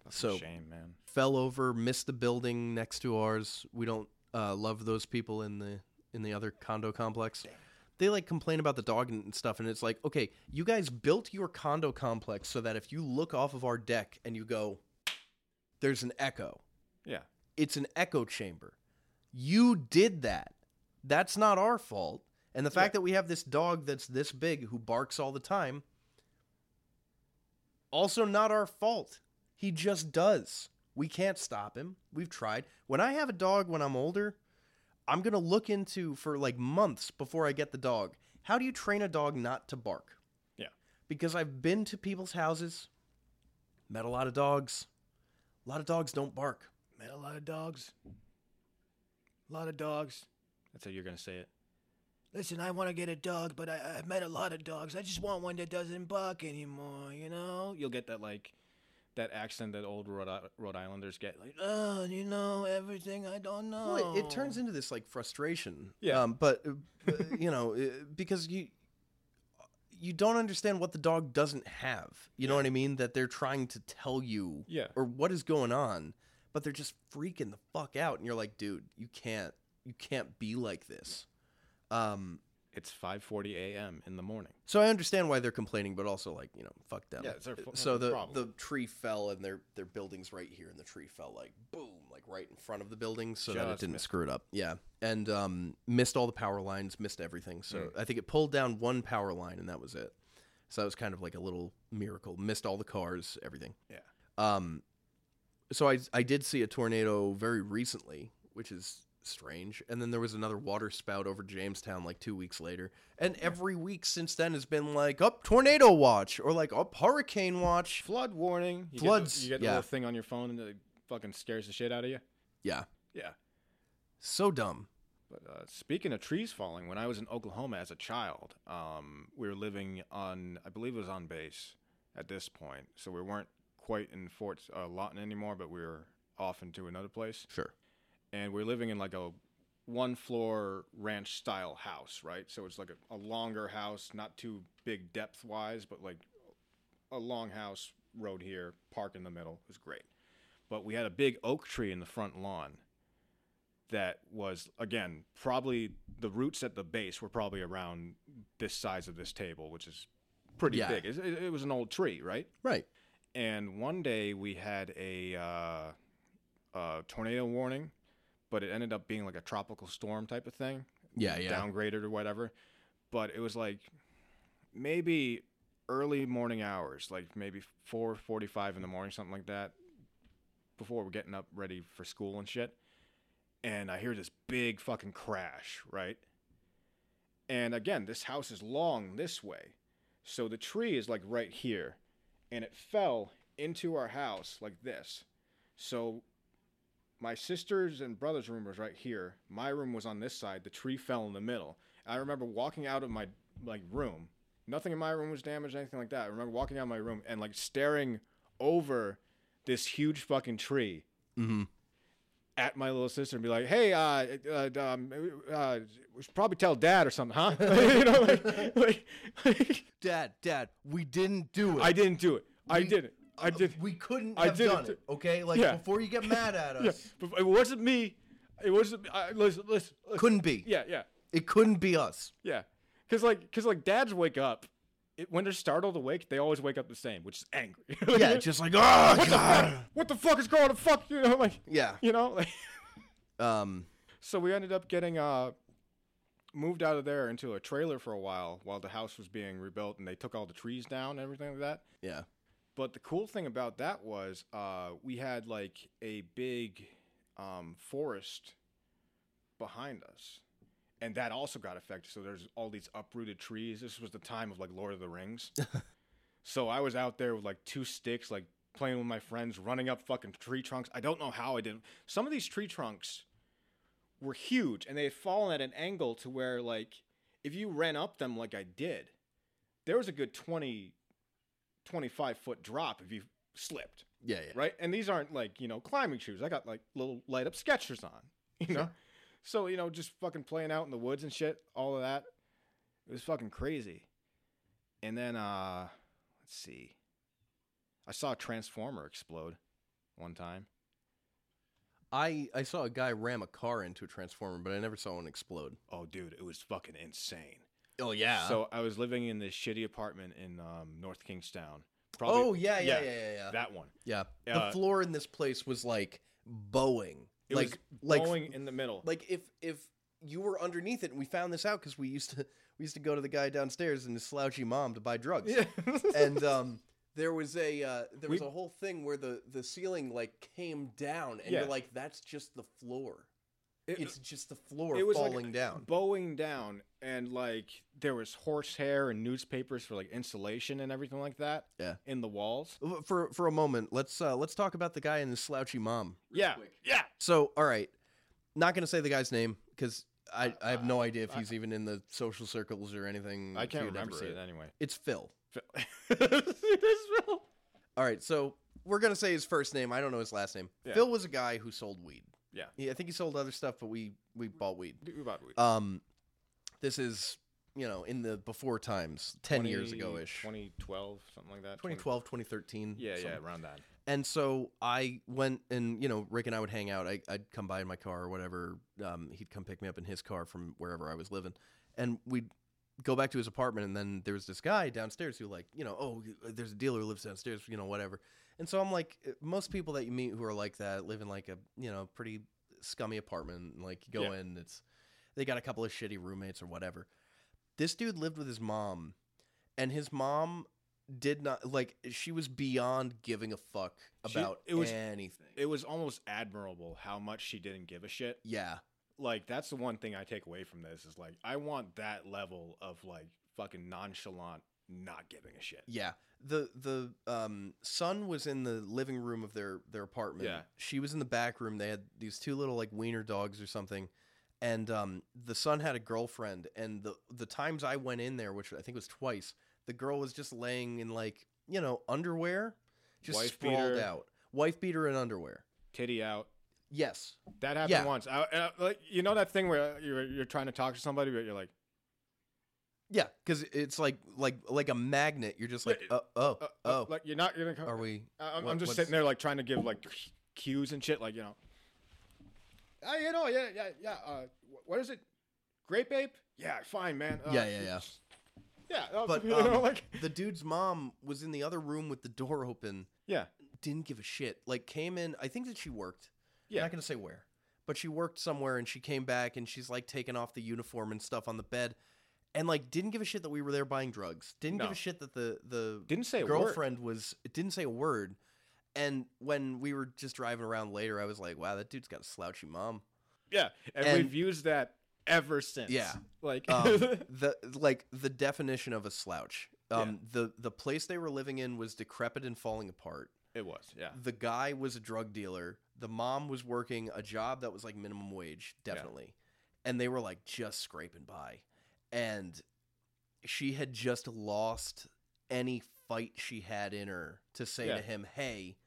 B: That's
A: so-
B: a shame, man.
A: fell over, missed the building next to ours. We don't uh, love those people in the in the other condo complex. They like complain about the dog and stuff, and it's like, okay, you guys built your condo complex so that if you look off of our deck and you go, there's an echo.
B: Yeah.
A: It's an echo chamber. You did that. That's not our fault. And the fact
B: Yeah.
A: that we have this dog that's this big who barks all the time, also not our fault. He just does. We can't stop him. We've tried. When I have a dog when I'm older, I'm going to look into for like months before I get the dog. How do you train a dog not to bark?
B: Yeah.
A: Because I've been to people's houses, met a lot of dogs. A lot of dogs don't bark.
B: Met a lot of dogs. lot of dogs. That's how you're gonna say it. Listen, I want to get a dog, but I, I've met a lot of dogs. I just want one that doesn't bark anymore. You know, you'll get that like that accent that old Rhode, I- Rhode Islanders get. Like, oh, you know everything. I don't know.
A: Well, it, it turns into this like frustration.
B: Oh. Yeah.
A: Um, but uh, you know, uh, because you you don't understand what the dog doesn't have. You know what I mean? That they're trying to tell you.
B: Yeah.
A: Or what is going on, but they're just freaking the fuck out, and you're like, dude, you can't, you can't be like this. Um,
B: It's 5:40 a.m. in the morning.
A: So I understand why they're complaining, but also like you know, fuck them.
B: Yeah, it's their fu-
A: so the
B: problem.
A: the tree fell, and their their buildings right here, and the tree fell like boom, like right in front of the building, so that it
B: Just
A: didn't screw it up. Yeah, and um, missed all the power lines, missed everything. So I think it pulled down one power line, and that was it. So that was kind of like a little miracle. Missed all the cars, everything.
B: Yeah.
A: Um, So I I did see a tornado very recently, which is strange. And then there was another water spout over Jamestown like 2 weeks later. And every week since then has been like up tornado watch or like up hurricane watch.
B: Flood warning. You Get
A: Floods,
B: the, you get the
A: yeah.
B: little thing on your phone and it fucking scares the shit out of you.
A: Yeah.
B: Yeah.
A: So dumb.
B: But uh, speaking of trees falling, when I was in Oklahoma as a child, um, we were living on, I believe it was on base at this point. So we weren't quite in Fort uh, Lawton anymore, but we were off into another place.
A: Sure.
B: And we are living in like a one floor ranch style house, right? So it's like a, a longer house, not too big depth wise, but like a long house, road here, park in the middle. It was great. But we had a big oak tree in the front lawn that was again probably the roots at the base were probably around this size of this table, which is pretty
A: Yeah.
B: big. It, it it was an old tree, right?
A: Right.
B: And one day we had a, uh, a tornado warning, but it ended up being like a tropical storm type of thing,
A: Yeah, yeah.
B: downgraded or whatever. But it was like maybe early morning hours, like maybe four forty-five in the morning, something like that, before we're getting up ready for school and shit. And I hear this big fucking crash, right? And again, this house is long this way. So the tree is like right here, and it fell into our house like this. So my sister's and brother's room was right here. My room was on this side. The tree fell in the middle. I remember walking out of my like room. Nothing in my room was damaged, anything like that. I remember walking out of my room and like staring over this huge fucking tree
A: Mm-hmm.
B: at my little sister and be like, "Hey, uh, uh, um, uh, we should probably tell dad or something, huh?" you know, like, like, like,
A: Dad, dad, we didn't do it.
B: I didn't do it. I didn't. I did.
A: We couldn't
B: I
A: have
B: did it
A: done
B: too.
A: it. Okay? Like
B: Yeah.
A: before you get mad at
B: Yeah,
A: us.
B: but it wasn't me. It wasn't. me. I, listen, listen, listen.
A: Couldn't be.
B: Yeah, yeah,
A: It couldn't be us.
B: yeah. Cause like, cause like, dads wake up. It, when they're startled awake, they always wake up the same, which is angry.
A: Yeah, just like, "Oh god."
B: what the fuck is going on? Fuck you know, like
A: Yeah.
B: you know, like.
A: Um
B: So we ended up getting uh moved out of there into a trailer for a while while the house was being rebuilt and they took all the trees down and everything like that.
A: yeah.
B: But the cool thing about that was uh we had like a big um forest behind us. And that also got affected. So there's all these uprooted trees. This was the time of like Lord of the Rings. so I was out there with like two sticks, like playing with my friends, running up fucking tree trunks. I don't know how I didn't. Some of these tree trunks were huge and they had fallen at an angle to where like if you ran up them like I did, there was a good 20 25 foot drop if you slipped,
A: Yeah, yeah.
B: right? And these aren't like, you know, climbing shoes. I got like little light up sketchers on, you know. So, you know, just fucking playing out in the woods and shit, all of that. It was fucking crazy. And then uh let's see. I saw a transformer explode one time.
A: I I saw a guy ram a car into a transformer, but I never saw one explode.
B: Oh dude, it was fucking insane.
A: Oh yeah.
B: So I was living in this shitty apartment in um, North Kingstown.
A: Oh, yeah, yeah, yeah, yeah, yeah.
B: That one.
A: yeah,
B: uh,
A: the floor in this place was like bowing,
B: It
A: like
B: was
A: like
B: blowing in the middle.
A: like if if you were underneath it, and we found this out because we used to we used to go to the guy downstairs and his slouchy mom to buy drugs. and um, there was a uh, there was a whole thing where the the ceiling like came down, and
B: Yeah.
A: you're like, that's just the floor. it's just the floor
B: it was like
A: falling down.
B: bowing down, and like there was horsehair and newspapers for like insulation and everything like that.
A: Yeah.
B: In the walls.
A: For for a moment, let's uh, let's talk about the guy and his slouchy mom.
B: yeah. Yeah.
A: So, all right. Not going to say the guy's name because I, I have no idea if he's even in the social circles or anything.
B: Uh, I
A: if
B: can't
A: you'd ever
B: remember
A: see
B: it anyway.
A: It's Phil.
B: it is Phil.
A: All right, so we're going to say his first name. I don't know his last name.
B: Yeah.
A: Phil was a guy who sold weed.
B: Yeah.
A: He, I think he sold other stuff, but we, we bought weed.
B: Who bought we-
A: Um, This is, you know, in the before times, 10 years
B: 20
A: ago ish.
B: 2012, something like that.
A: 2012, 2013.
B: Yeah,
A: something
B: yeah, around that.
A: And so I went and, you know, Rick and I would hang out. I, I'd come by in my car or whatever. Um, he'd come pick me up in his car from wherever I was living. And we'd go back to his apartment. And then there was this guy downstairs who, like, you know, oh, there's a dealer who lives downstairs, you know, whatever. And so I'm like, uh, most people that you meet who are like that live in like a, you know, pretty scummy apartment. And like, you go
B: Yeah.
A: in, it's, they got a couple of shitty roommates or whatever. This dude lived with his mom. And his mom did not like she was beyond giving a fuck
B: She-
A: about
B: it was-
A: anything.
B: It was almost admirable how much she didn't give a shit.
A: yeah.
B: Like that's the one thing I take away from this is like I want that level of like fucking nonchalant not giving a shit.
A: Yeah. The the um son was in the living room of their their apartment.
B: Yeah.
A: She was in the back room. They had these two little like wiener dogs or something. And um the son had a girlfriend and the the times I went in there, which I think was twice, the girl was just laying in like, you know, underwear, just
B: Wife
A: sprawled
B: beater.
A: out. Wife beater and underwear.
B: Titty out.
A: Yes.
B: That happened
A: Yeah.
B: once. I, and I- like you know that thing where you're you're trying to talk to somebody but you're like
A: Yeah, cuz it's like like like a magnet. You're just like, "Oh, oh,
B: uh,
A: oh."
B: oh like you're not gonna come.
A: Are we?
B: I- I'm,
A: what-
B: I'm just
A: what's-
B: sitting there like trying to give like cues and shit, like you know. Ah, you know, yeah, yeah, yeah. Uh, wh- what is it? Grape ape? Yeah, fine, man. Uh,
A: Yeah, yeah, yeah.
B: yeah. uh,
A: But
B: you know,
A: um,
B: like,
A: the dude's mom was in the other room with the door open.
B: yeah,
A: Didn't give a shit. Like came in. I think that she worked.
B: Yeah.
A: I'm not gonna say where, but she worked somewhere, and she came back, and she's like taking off the uniform and stuff on the bed, and like didn't give a shit that we were there buying drugs. Didn't give
B: No.
A: a shit that the the
B: Didn't say a word.
A: girlfriend was. Didn't say a word. And when we were just driving around later, I was like, "Wow, that dude's got a slouchy mom."
B: yeah. And,
A: And-
B: we've used that ever since.
A: Yeah.
B: Like,
A: um, the like the definition of a slouch. Um, The the place they were living in was decrepit and falling apart.
B: it was. Yeah.
A: The guy was a drug dealer. The mom was working a job that was like minimum wage, definitely, and they were like just scraping by. And she had just lost any fight she had in her to say
B: Yeah.
A: to him, "Hey."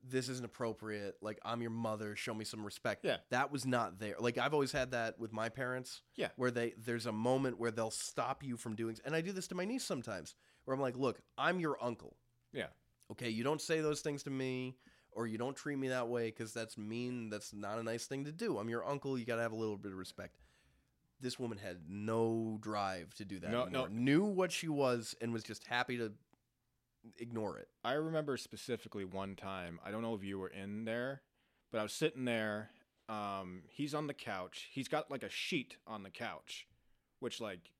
A: This isn't appropriate. Like, I'm your mother. Show me some respect.
B: Yeah.
A: That was not there. Like, I've always had that with my parents
B: Yeah.
A: where they there's a moment where they'll stop you from doing and I do this to my niece sometimes where I'm like, "Look, I'm your uncle.
B: Yeah.
A: Okay, you don't say those things to me or you don't treat me that way cuz that's mean, that's not a nice thing to do. I'm your uncle, you got to have a little bit of respect." This woman had no drive to do that.
B: No,
A: anymore.
B: no.
A: Knew what she was and was just happy to ignore it.
B: I remember specifically one time. I don't know if you were in there, but I was sitting there. Um, he's on the couch. He's got like a sheet on the couch, which like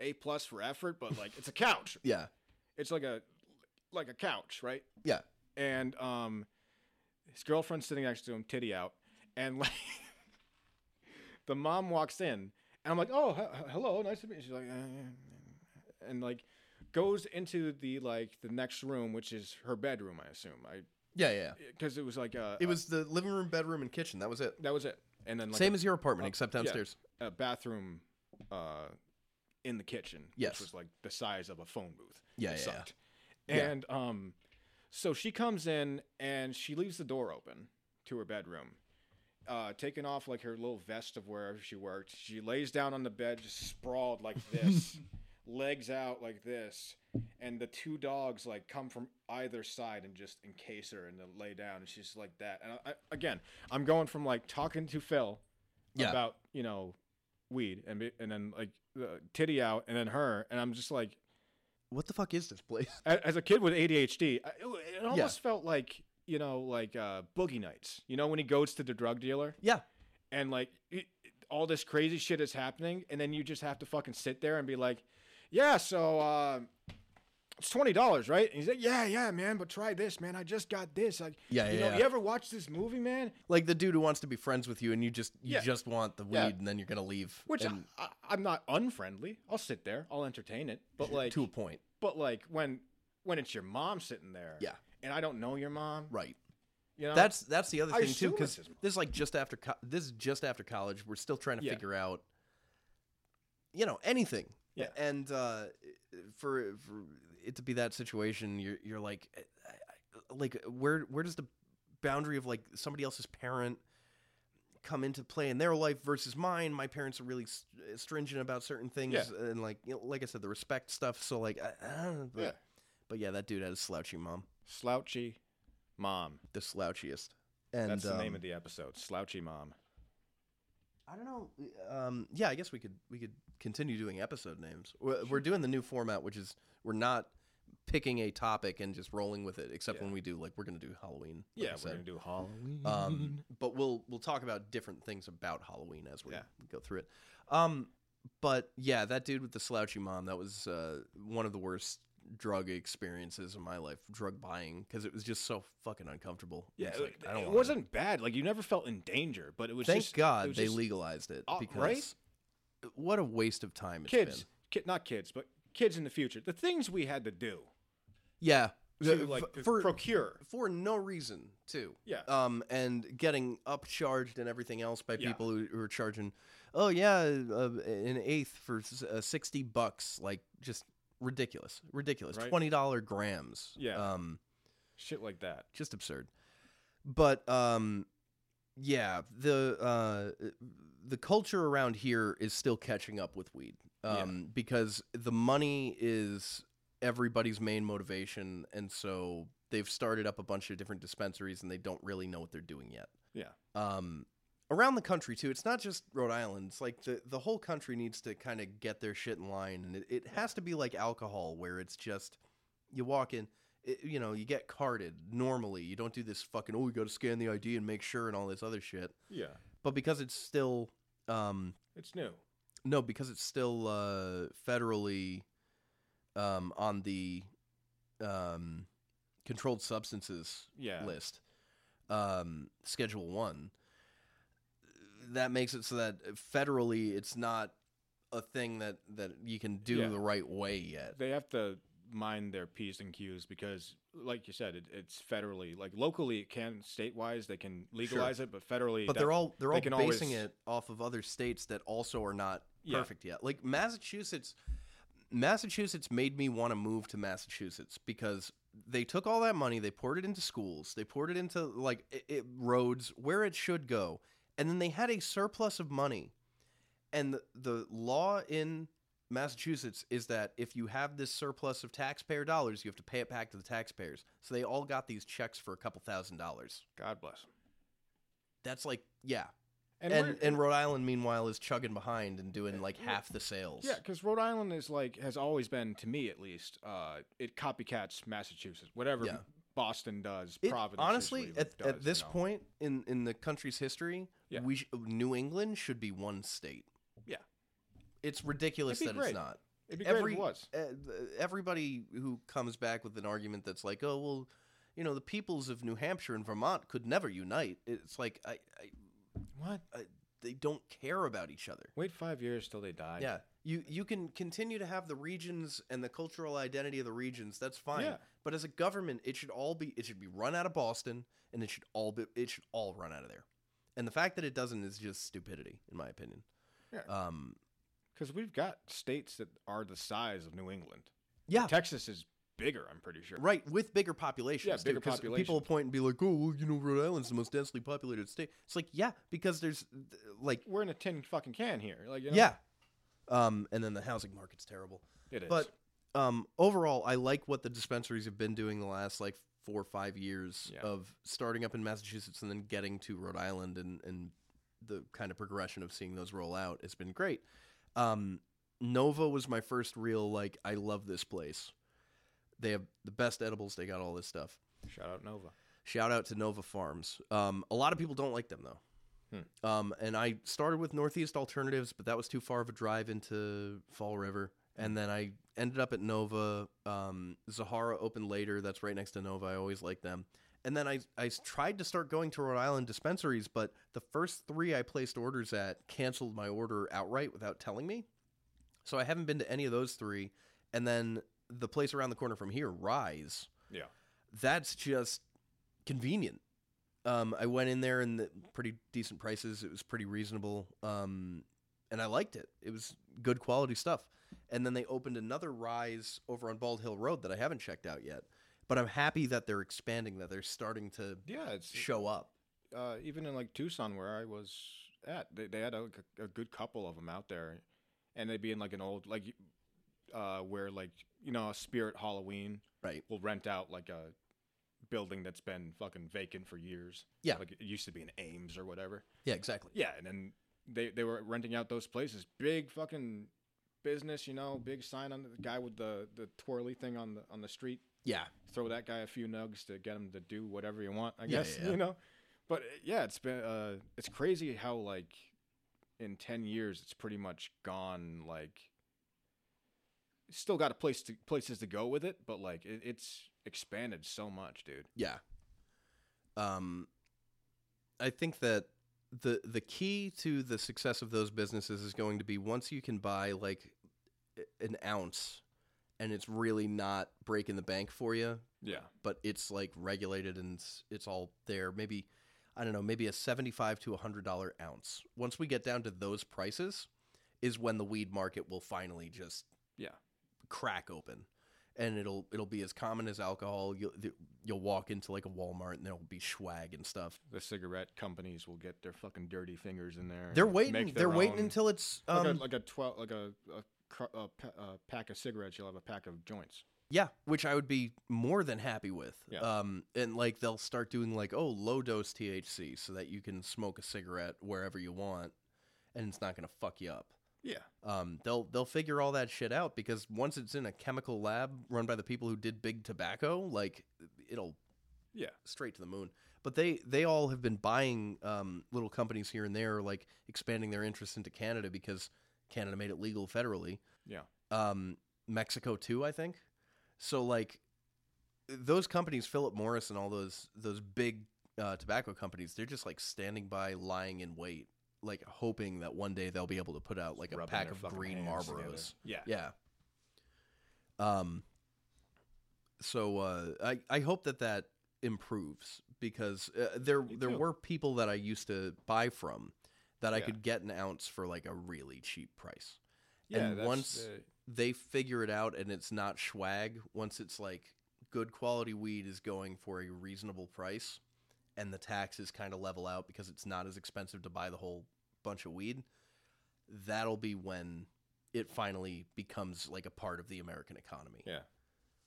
B: a plus for effort, but like it's a couch.
A: Yeah.
B: It's like a like a couch, right?
A: Yeah.
B: And um, his girlfriend's sitting next to him, titty out, and like the mom walks in, and I'm like, oh, he- hello, nice to meet you. She's like, "Uh, yeah, yeah." and like goes into the like the next room, which is her bedroom, I assume. I
A: Yeah, yeah.
B: because it was like uh,
A: It was the living room, bedroom and kitchen. That was it.
B: that was it, and then like
A: Same
B: a-
A: as your apartment except
B: yeah,
A: downstairs.
B: a bathroom uh, in the kitchen,
A: Yes.
B: which was like the size of a phone booth.
A: Yeah, yeah,
B: It
A: yeah.
B: sucked.
A: Yeah.
B: And um, so she comes in and she leaves the door open to her bedroom, uh, taking off like her little vest of wherever she worked. She lays down on the bed, just sprawled like this, legs out like this, and the two dogs like come from either side and just encase her and then lay down, and she's like that. And I, I, again, I'm going from like talking to Phil
A: Yeah.
B: about you know weed and be- and then like uh, titty out and then her and I'm just like
A: What the fuck is this place?
B: a- as a kid with ADHD I, it it almost felt like you know like uh, boogie nights you know when he goes to the drug dealer
A: Yeah.
B: and like it, it- all this crazy shit is happening and then you just have to fucking sit there and be like yeah so uh, it's twenty dollars right and he's like yeah yeah man but try this man I just got this like
A: Yeah,
B: you
A: yeah,
B: know
A: yeah.
B: you ever watch this movie man
A: like the dude who wants to be friends with you and you just you
B: Yeah.
A: just want the weed
B: Yeah.
A: and then you're gonna leave
B: which
A: and,
B: I, I, I'm not unfriendly I'll sit there I'll entertain it but like
A: to a point
B: But like when when it's your mom sitting there,
A: Yeah.
B: and I don't know your mom,
A: right
B: you You know,
A: That's that's the other
B: I
A: thing too,
B: assume
A: because
B: it's his-
A: this is like just after co- this is just after college. We're still trying to
B: Yeah.
A: figure out, you know, anything.
B: Yeah.
A: And uh, for for it to be that situation, you're you're like, eh, I- I- like where where does the boundary of like somebody else's parent come into play in their life versus mine? My parents are really s- stringent about certain things,
B: Yeah.
A: and like you know, like I said, the respect stuff. So like, I, I don't know, but,
B: yeah.
A: but yeah, that dude had a slouchy mom,
B: slouchy mom.
A: the slouchiest. And
B: That's the name
A: um,
B: of the episode. Slouchy mom.
A: I don't know. Um, yeah, I guess we could we could continue doing episode names. We're, we're doing the new format, which is we're not picking a topic and just rolling with it, except when we do like we're going to do Halloween. like I
B: Yeah, we're
A: said.
B: gonna do Halloween.
A: Um, but we'll we'll talk about different things about Halloween as we
B: Yeah.
A: go through it. Um, but yeah, that dude with the slouchy mom that was uh, one of the worst drug experiences in my life, drug buying, because it was just so fucking uncomfortable.
B: Yeah,
A: It's
B: it,
A: like, I don't.
B: it
A: wanna-
B: wasn't bad. Like you never felt in danger, but it was
A: Thank
B: just, it
A: God
B: was
A: they
B: just
A: legalized it
B: Uh,
A: because
B: right?
A: what a waste of time it's
B: kids,
A: been.
B: ki- not kids, but kids in the future. The things we had to do
A: Yeah,
B: to
A: F-
B: like
A: for
B: procure.
A: for no reason too.
B: Yeah.
A: Um, and getting upcharged and everything else by
B: Yeah.
A: people who, who are charging, oh yeah, uh, an eighth for s- uh, sixty bucks, like just ridiculous, ridiculous,
B: Right.
A: twenty dollar grams.
B: Yeah.
A: Um,
B: Shit like that.
A: just absurd. But um, yeah, the uh, the culture around here is still catching up with weed um, because the money is everybody's main motivation, and so they've started up a bunch of different dispensaries, and they don't really know what they're doing yet.
B: Yeah.
A: Um, around the country too, it's not just Rhode Island. It's like the the whole country needs to kind of get their shit in line, and it, it has to be like alcohol, where it's just you walk in, it, you know, you get carded normally. You don't do this fucking, oh, you got to scan the ID and make sure and all this other shit.
B: Yeah.
A: But because it's still, um,
B: It's new.
A: no, because it's still uh, federally um, on the um, controlled substances
B: Yeah.
A: list, um, Schedule One. That makes it so that federally, it's not a thing that that you can do
B: Yeah.
A: the right way yet.
B: They have to mind their p's and q's because, like you said, it, it's federally. Like locally, it can state wise they can legalize it, but federally,
A: but
B: that-
A: they're all they're
B: they
A: all
B: can
A: basing
B: always-
A: it off of other states that also are not
B: Yeah.
A: perfect yet. Like Massachusetts, Massachusetts made me want to move to Massachusetts because they took all that money, they poured it into schools, they poured it into like i it, roads where it should go, and then they had a surplus of money, and the, the law in Massachusetts is that if you have this surplus of taxpayer dollars, you have to pay it back to the taxpayers. So they all got these checks for a couple thousand dollars.
B: God bless. 'em.
A: That's like, yeah,
B: And,
A: and
B: we're-
A: and Rhode Island meanwhile is chugging behind and doing like half the sales.
B: Yeah, because Rhode Island is like has always been to me at least. Uh, it copycats Massachusetts, whatever
A: Yeah.
B: Boston does.
A: It-
B: Providence
A: honestly,
B: usually
A: at,
B: does,
A: at this
B: you know?
A: point in in the country's history,
B: Yeah.
A: we sh- New England should be one state.
B: yeah,
A: It's ridiculous
B: It'd
A: that
B: be
A: it's
B: great.
A: not.
B: it'd be
A: Every
B: great if it was.
A: uh, th- everybody who comes back with an argument that's like, oh well, you know, the peoples of New Hampshire and Vermont could never unite. It's like I, I,
B: What?
A: I they don't care about each other.
B: Wait five years till they die.
A: Yeah. You you can continue to have the regions and the cultural identity of the regions. That's fine.
B: Yeah.
A: But as a government, it should all be it should be run out of Boston and it should all be it should all run out of there. And the fact that it doesn't is just stupidity, in my opinion.
B: Yeah.
A: Um
B: because we've got states that are the size of New England.
A: Yeah.
B: Texas is bigger. I'm pretty sure.
A: Right, with bigger populations.
B: Yeah,
A: too,
B: bigger
A: 'cause People
B: populations.
A: point and be like, "Oh, well, you know, Rhode Island's the most densely populated state." It's like, yeah, because there's th- like,
B: We're in a tin fucking can here. Like you know?
A: yeah, um, and then the housing market's terrible.
B: it is.
A: But um, overall, I like what the dispensaries have been doing the last like four or five years
B: Yeah.
A: of starting up in Massachusetts and then getting to Rhode Island and and the kind of progression of seeing those roll out. It's been great. Um, Nova was my first real like I love this place. They have the best edibles. They got all this stuff.
B: shout out Nova.
A: Shout out to Nova Farms. Um, a lot of people don't like them though. Um, and I started with Northeast Alternatives, but that was too far of a drive into Fall River. And then I ended up at Nova. Um, Zahara opened later. That's right next to Nova. I always like them. And then I, I tried to start going to Rhode Island dispensaries, but the first three I placed orders at canceled my order outright without telling me. So I haven't been to any of those three. And then the place around the corner from here, Rise,
B: Yeah.
A: that's just convenient. Um, I went in there and the pretty decent prices. It was pretty reasonable, um, and I liked it. It was good quality stuff. And then they opened another Rise over on Bald Hill Road that I haven't checked out yet. But I'm happy that they're expanding. That they're starting to
B: Yeah, it's
A: show up.
B: uh, even in like Tucson where I was at, they, they had a, a good couple of them out there, and they'd be in like an old like uh, where like you know Spirit Halloween
A: Right.
B: will rent out like a building that's been fucking vacant for years.
A: Yeah.
B: like it used to be in Ames or whatever.
A: Yeah. Exactly.
B: Yeah, and then they they were renting out those places. Big fucking business, you know, big sign on the guy with the the twirly thing on the on the street
A: Yeah.
B: throw that guy a few nugs to get him to do whatever you want. I
A: Yeah,
B: guess
A: yeah, yeah.
B: you know, but uh, yeah, it's been uh, it's crazy how like in ten years it's pretty much gone. Like, still got a place to places to go with it, but like it, it's expanded so much, dude.
A: Yeah. Um, I think that the the key to the success of those businesses is going to be once you can buy like i- an ounce, and it's really not breaking the bank for you,
B: Yeah,
A: but it's like regulated and it's, it's all there. Maybe I don't know, maybe a seventy five to a hundred dollar ounce. Once we get down to those prices, is when the weed market will finally just
B: yeah,
A: crack open and it'll it'll be as common as alcohol you'll th- you'll walk into like a walmart and there'll be swag and stuff
B: the cigarette companies will get their fucking dirty fingers in there.
A: they're
B: and
A: waiting
B: make
A: they're
B: their
A: waiting
B: own-
A: until it's um
B: like, a, like a twelve like a. a cr- a pa- a pack of cigarettes, you'll have a pack of joints.
A: yeah which i would be more than happy with
B: Yeah.
A: um and like they'll start doing like oh low dose thhc so that you can smoke a cigarette wherever you want and it's not going to fuck you up
B: Yeah,
A: um, they'll they'll figure all that shit out because once it's in a chemical lab run by the people who did big tobacco, like it'll
B: yeah,
A: straight to the moon. But they they all have been buying um, little companies here and there, like expanding their interest into Canada because Canada made it legal federally.
B: yeah.
A: Um, Mexico too, I think. So like those companies, Philip Morris and all those those big uh, tobacco companies, they're just like standing by, lying in wait, like hoping that one day they'll be able to put out like a
B: rubbing
A: pack
B: their
A: of
B: fucking
A: green
B: hands
A: Marlboros.
B: together.
A: Yeah. Um. So uh, I I hope that that improves because uh, there there
B: too.
A: were people that I used to buy from that I
B: Yeah.
A: could get an ounce for like a really cheap price.
B: Yeah,
A: and
B: that's
A: once
B: the-
A: they figure it out and it's not swag, once it's like good quality weed is going for a reasonable price and the taxes kind of level out because it's not as expensive to buy the whole bunch of weed, that'll be when it finally becomes like a part of the American economy,
B: Yeah.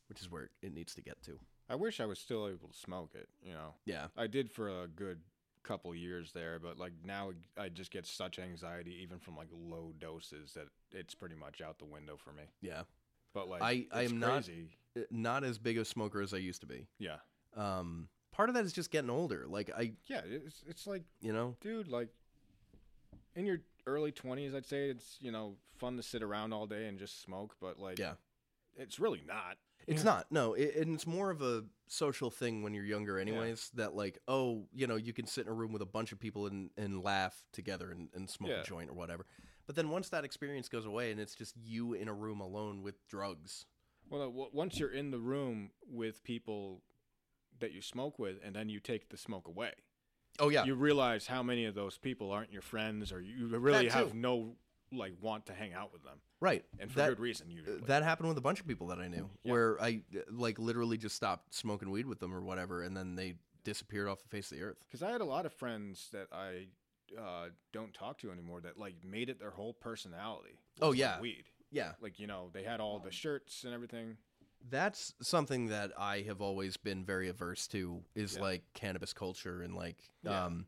A: which is where it needs to get to.
B: I wish I was still able to smoke it, you know.
A: Yeah.
B: I did for a good couple years there, but like now I just get such anxiety even from like low doses that it's pretty much out the window for me.
A: Yeah.
B: But like
A: I- I
B: it's
A: am not-
B: crazy.
A: Not as big a smoker as I used to be.
B: Yeah.
A: Um, part of that is just getting older. Like I,
B: Yeah, it's it's like
A: you know,
B: dude, like in your early 20s, I'd say it's, you know, fun to sit around all day and just smoke, but like
A: Yeah.
B: It's really not.
A: It's not. No, it, and it's more of a social thing when you're younger, anyways. That like, oh, you know, you can sit in a room with a bunch of people and, and laugh together and, and smoke
B: Yeah.
A: a joint or whatever. But then once that experience goes away and it's just you in a room alone with drugs,
B: Well, no, w- once you're in the room with people that you smoke with and then you take the smoke away.
A: oh yeah,
B: you realize how many of those people aren't your friends or you really
A: That
B: have
A: too.
B: no like want to hang out with them
A: right,
B: and for
A: that, uh,
B: good reason usually
A: That happened with a bunch of people that I knew, where I like literally just stopped smoking weed with them or whatever, and then they disappeared off the face of the earth.
B: because i had a lot of friends that i uh, don't talk to anymore that like made it their whole personality
A: Oh,
B: was, like,
A: yeah.
B: weed
A: Yeah,
B: like you know they had all the shirts and everything
A: that's something that I have always been very averse to is like cannabis culture and like um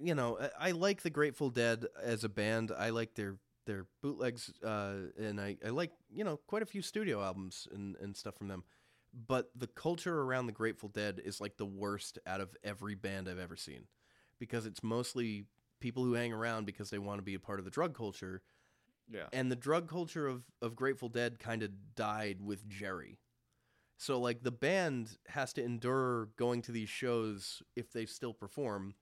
A: you know I- I like the Grateful Dead as a band I like their their bootlegs uh and I I like you know quite a few studio albums and and stuff from them but the culture around the Grateful Dead is like the worst out of every band I've ever seen because it's mostly people who hang around because they want to be a part of the drug culture
B: yeah
A: and the drug culture of, of Grateful Dead kind of died with Jerry. So like the band has to endure going to these shows if they still perform,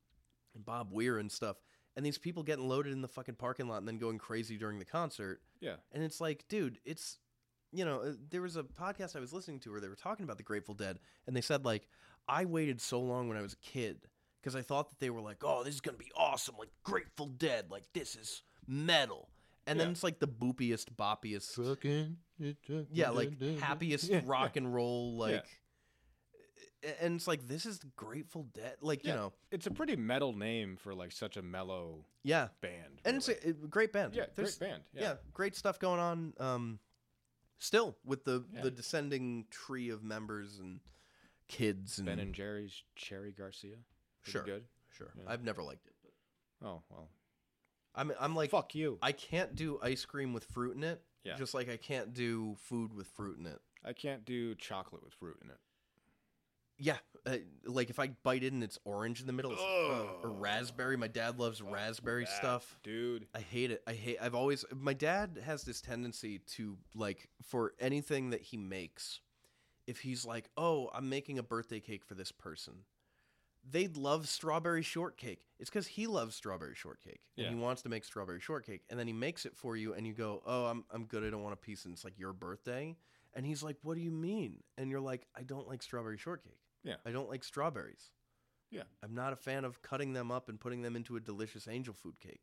A: and Bob Weir and stuff, and these people getting loaded in the fucking parking lot and then going crazy during the concert.
B: yeah
A: And it's like, dude, it's you know, uh, there was a podcast I was listening to where they were talking about the Grateful Dead, and they said like, I waited so long when I was a kid because I thought that they were like, oh, this is gonna be awesome, like Grateful Dead, like this is metal. And then
B: Yeah.
A: it's like the boopiest, boppiest, yeah, like happiest rock and roll, like. a- And it's like this is Grateful Dead, like you know,
B: it's a pretty metal name for like such a mellow
A: yeah,
B: band.
A: and it's
B: really.
A: a, a great band.
B: yeah,
A: There's-
B: great band.
A: yeah.
B: Yeah.
A: great stuff going on. Um, still with the
B: Yeah.
A: the descending tree of members and kids and,
B: Ben and Jerry's Cherry Garcia. Pretty
A: Sure.
B: Good.
A: sure. I've never liked it. But
B: Oh well.
A: I'm I'm like
B: Fuck you.
A: I can't do ice cream with fruit in it.
B: Yeah.
A: Just like I can't do food with fruit in it.
B: I can't do chocolate with fruit in it.
A: Yeah, uh, like if I bite it and it's orange in the middle, it's, uh, or raspberry. My dad loves raspberry stuff.
B: Dude.
A: I hate it. I hate. I've always. My dad has this tendency to like for anything that he makes. If he's like, "Oh, I'm making a birthday cake for this person," they love strawberry shortcake. It's because he loves strawberry shortcake and he
B: Yeah.
A: wants to make strawberry shortcake, and then he makes it for you, and you go, "Oh, I'm I'm good. I don't want a piece." And it's like your birthday, and he's like, "What do you mean?" And you're like, "I don't like strawberry shortcake.
B: Yeah.
A: I don't like strawberries."
B: Yeah.
A: I'm not a fan of cutting them up and putting them into a delicious angel food cake.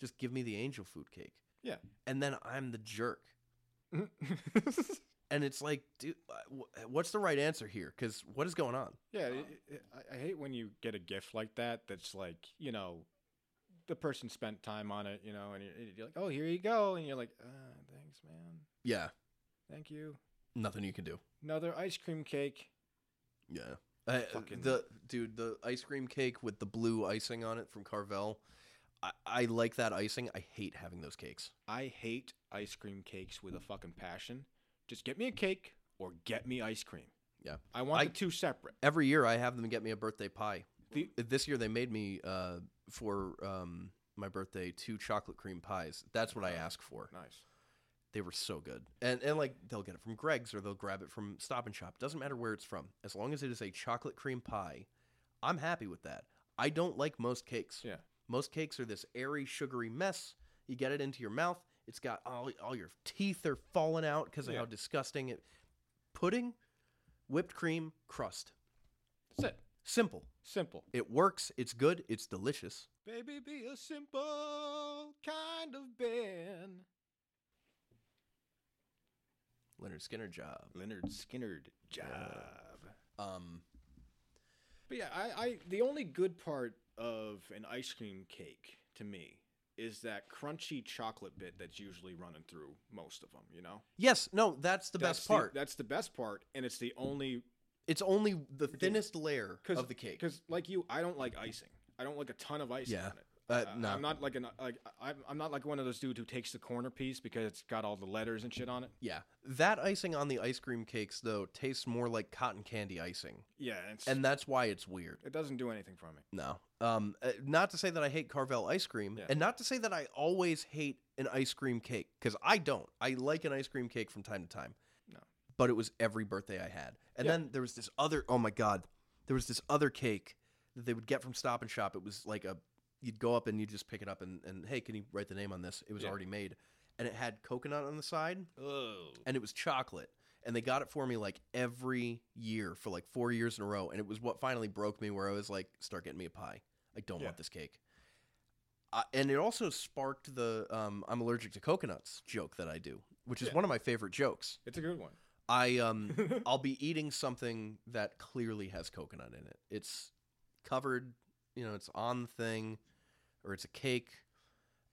A: Just give me the angel food cake.
B: Yeah.
A: And then I'm the jerk. And it's like, dude, uh, wh- what's the right answer here? Because what is going on?
B: Yeah, it, it, I- I hate when you get a gift like that. That's like you know, the person spent time on it, you know, and you're, you're like, oh, here you go, and you're like, uh, thanks, man,
A: Yeah.
B: thank you.
A: Nothing you can do.
B: Another ice cream cake.
A: Yeah. I,
B: Fucking-
A: the dude, the ice cream cake with the blue icing on it from Carvel. I, I like that icing. I hate having those cakes.
B: I hate ice cream cakes with a fucking passion. Just get me a cake or get me ice cream.
A: Yeah.
B: I want
A: I-
B: the two separate.
A: Every year I have them get me a birthday pie.
B: The-
A: this year they made me uh, for um, my birthday two chocolate cream pies. That's what I asked for.
B: Nice.
A: They were so good, and and like they'll get it from Greg's or they'll grab it from Stop and Shop. Doesn't matter where it's from, as long as it is a chocolate cream pie, I'm happy with that. I don't like most cakes.
B: Yeah.
A: Most cakes are this airy, sugary mess. You get it into your mouth. It's got all, all your teeth are falling out because of
B: Yeah.
A: how disgusting it. Pudding, whipped cream, crust.
B: That's it.
A: Simple.
B: Simple.
A: It works. It's good. It's delicious.
B: Baby, be a simple kind of man.
A: Leonard Skinner job.
B: Leonard Skinner job.
A: Um,
B: But yeah, I, I the only good part of an ice cream cake to me is that crunchy chocolate bit that's usually running through most of them. You know,
A: yes, no, that's the
B: That's
A: best part.
B: that's the best part, and it's the only
A: it's only the thinnest layer
B: cause,
A: of the cake.
B: Because like you, I don't like icing. I don't like a ton of icing
A: Yeah.
B: on it.
A: Uh, no.
B: I'm not like an like I'm I'm not like one of those dudes who takes the corner piece because it's got all the letters and shit on it.
A: Yeah, that icing on the ice cream cakes though tastes more like cotton candy icing,
B: Yeah, it's,
A: and that's why it's weird.
B: it doesn't do anything for me.
A: No, um, uh, not to say that I hate Carvel ice cream,
B: Yeah.
A: and not to say that I always hate an ice cream cake because I don't. I like an ice cream cake from time to time.
B: No.
A: but it was every birthday I had. And
B: Yeah.
A: then there was this other oh my god, there was this other cake that they would get from Stop and Shop. It was like a you'd go up and you just pick it up and, and hey, can you write the name on this? It was
B: Yeah.
A: already made. And it had coconut on the side
B: Oh,
A: and it was chocolate. And they got it for me like every year for like four years in a row. And it was what finally broke me where I was like, start getting me a pie. I don't
B: Yeah.
A: want this cake. Uh, and it also sparked the um, I'm allergic to coconuts joke that I do, which is one of my favorite jokes.
B: it's a good one.
A: I um I'll be eating something that clearly has coconut in it. It's covered, you know, it's on the thing or it's a cake.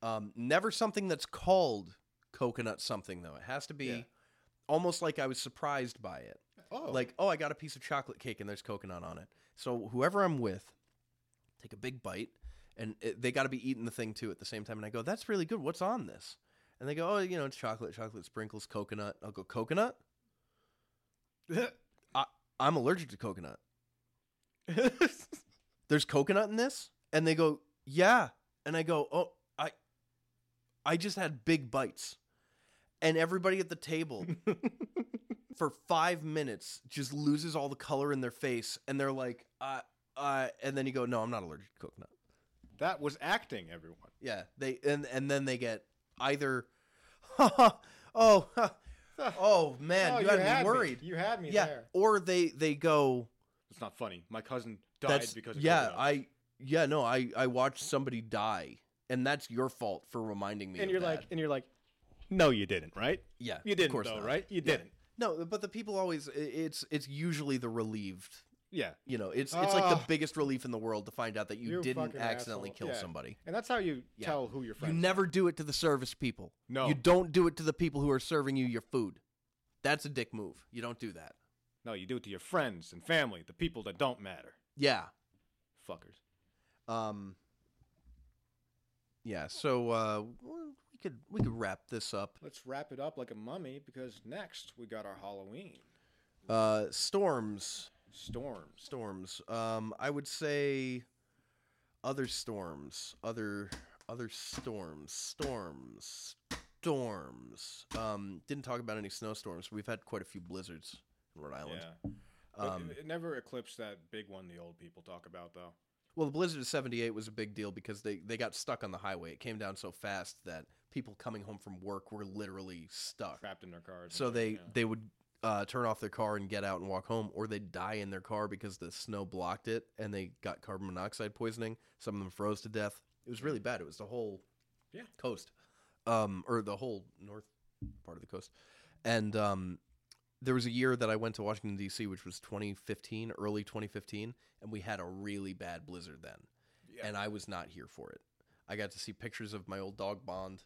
A: Um never something that's called coconut something though. It has to be
B: Yeah.
A: almost like I was surprised by it.
B: Oh,
A: Like, oh, I got a piece of chocolate cake and there's coconut on it. So whoever I'm with, take a big bite, and it, they got to be eating the thing too at the same time. And I go, that's really good. What's on this? And they go, oh, you know, it's chocolate, chocolate sprinkles, coconut. I'll go, coconut. I, I'm allergic to coconut. There's coconut in this, and they go, yeah. And I go, oh, I, I just had big bites, and everybody at the table for five minutes just loses all the color in their face and they're like uh uh and then you go no i'm not allergic to coconut
B: that was acting, everyone.
A: yeah they and and then they get either oh oh man
B: Oh,
A: you, had,
B: had
A: me worried
B: You had me
A: yeah
B: there.
A: or they they go
B: It's not funny. My cousin died
A: That's
B: because of
A: yeah.
B: Coconuts.
A: I yeah no. I I watched somebody die, and that's your fault for reminding me.
B: and
A: of
B: you're
A: that.
B: like and you're like, no, you didn't, right?
A: Yeah,
B: you
A: of
B: didn't
A: course
B: though,
A: not.
B: right? You didn't.
A: no, but the people always. i- It's it's usually the relieved.
B: Yeah,
A: You know, it's it's like the
B: Ah.
A: biggest relief in the world to find out that you
B: You're a
A: didn't
B: fucking
A: accidentally
B: asshole.
A: kill
B: Yeah.
A: somebody.
B: And that's how you tell who your
A: You
B: friends.
A: never do it to the service people.
B: No.
A: You don't do it to the people who are serving you your food. That's a dick move. You don't do that.
B: no, you do it to your friends and family, the people that don't matter.
A: Yeah.
B: Fuckers.
A: Um Yeah, so uh we could we could wrap this up.
B: Let's wrap it up like a mummy because next we got our Halloween
A: Uh storms.
B: storms.
A: Storms. Um I would say other storms, other other storms, storms, storms. Um didn't talk about any snowstorms. We've had quite a few blizzards in Rhode Island. Um,
B: Yeah, But it, it never eclipsed that big one the old people talk about though.
A: Well, the blizzard of 78 was a big deal because they, they got stuck on the highway. It came down so fast that people coming home from work were literally stuck.
B: Trapped in their cars.
A: Uh, So
B: and
A: they,
B: shit, yeah.
A: they would uh, turn off their car and get out and walk home, or they'd die in their car because the snow blocked it and they got carbon monoxide poisoning. Some of them froze to death. It was really bad. It was the whole
B: Yeah.
A: coast, um, or the whole north part of the coast. And um, there was a year that I went to Washington D.C., which was 2015, early 2015, and we had a really bad blizzard then, and I was not here for it. I got to see pictures of my old dog Bond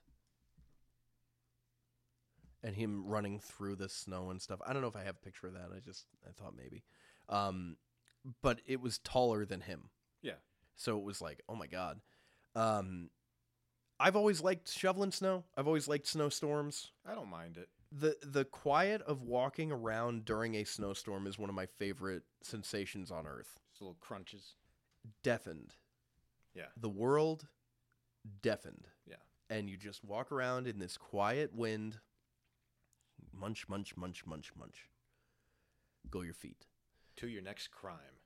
A: and him running through the snow and stuff. I don't know if I have a picture of that. I just I thought maybe, um, but it was taller than him.
B: yeah.
A: So it was like, oh my god. Um, I've always liked shoveling snow. I've always liked snowstorms.
B: I don't mind it.
A: the The quiet of walking around during a snowstorm is one of my favorite sensations on earth.
B: Just little crunches.
A: Deafened,
B: Yeah,
A: the world, deafened,
B: yeah.
A: and you just walk around in this quiet wind. Munch, munch, munch, munch, munch. Go your feet.
B: To your next crime.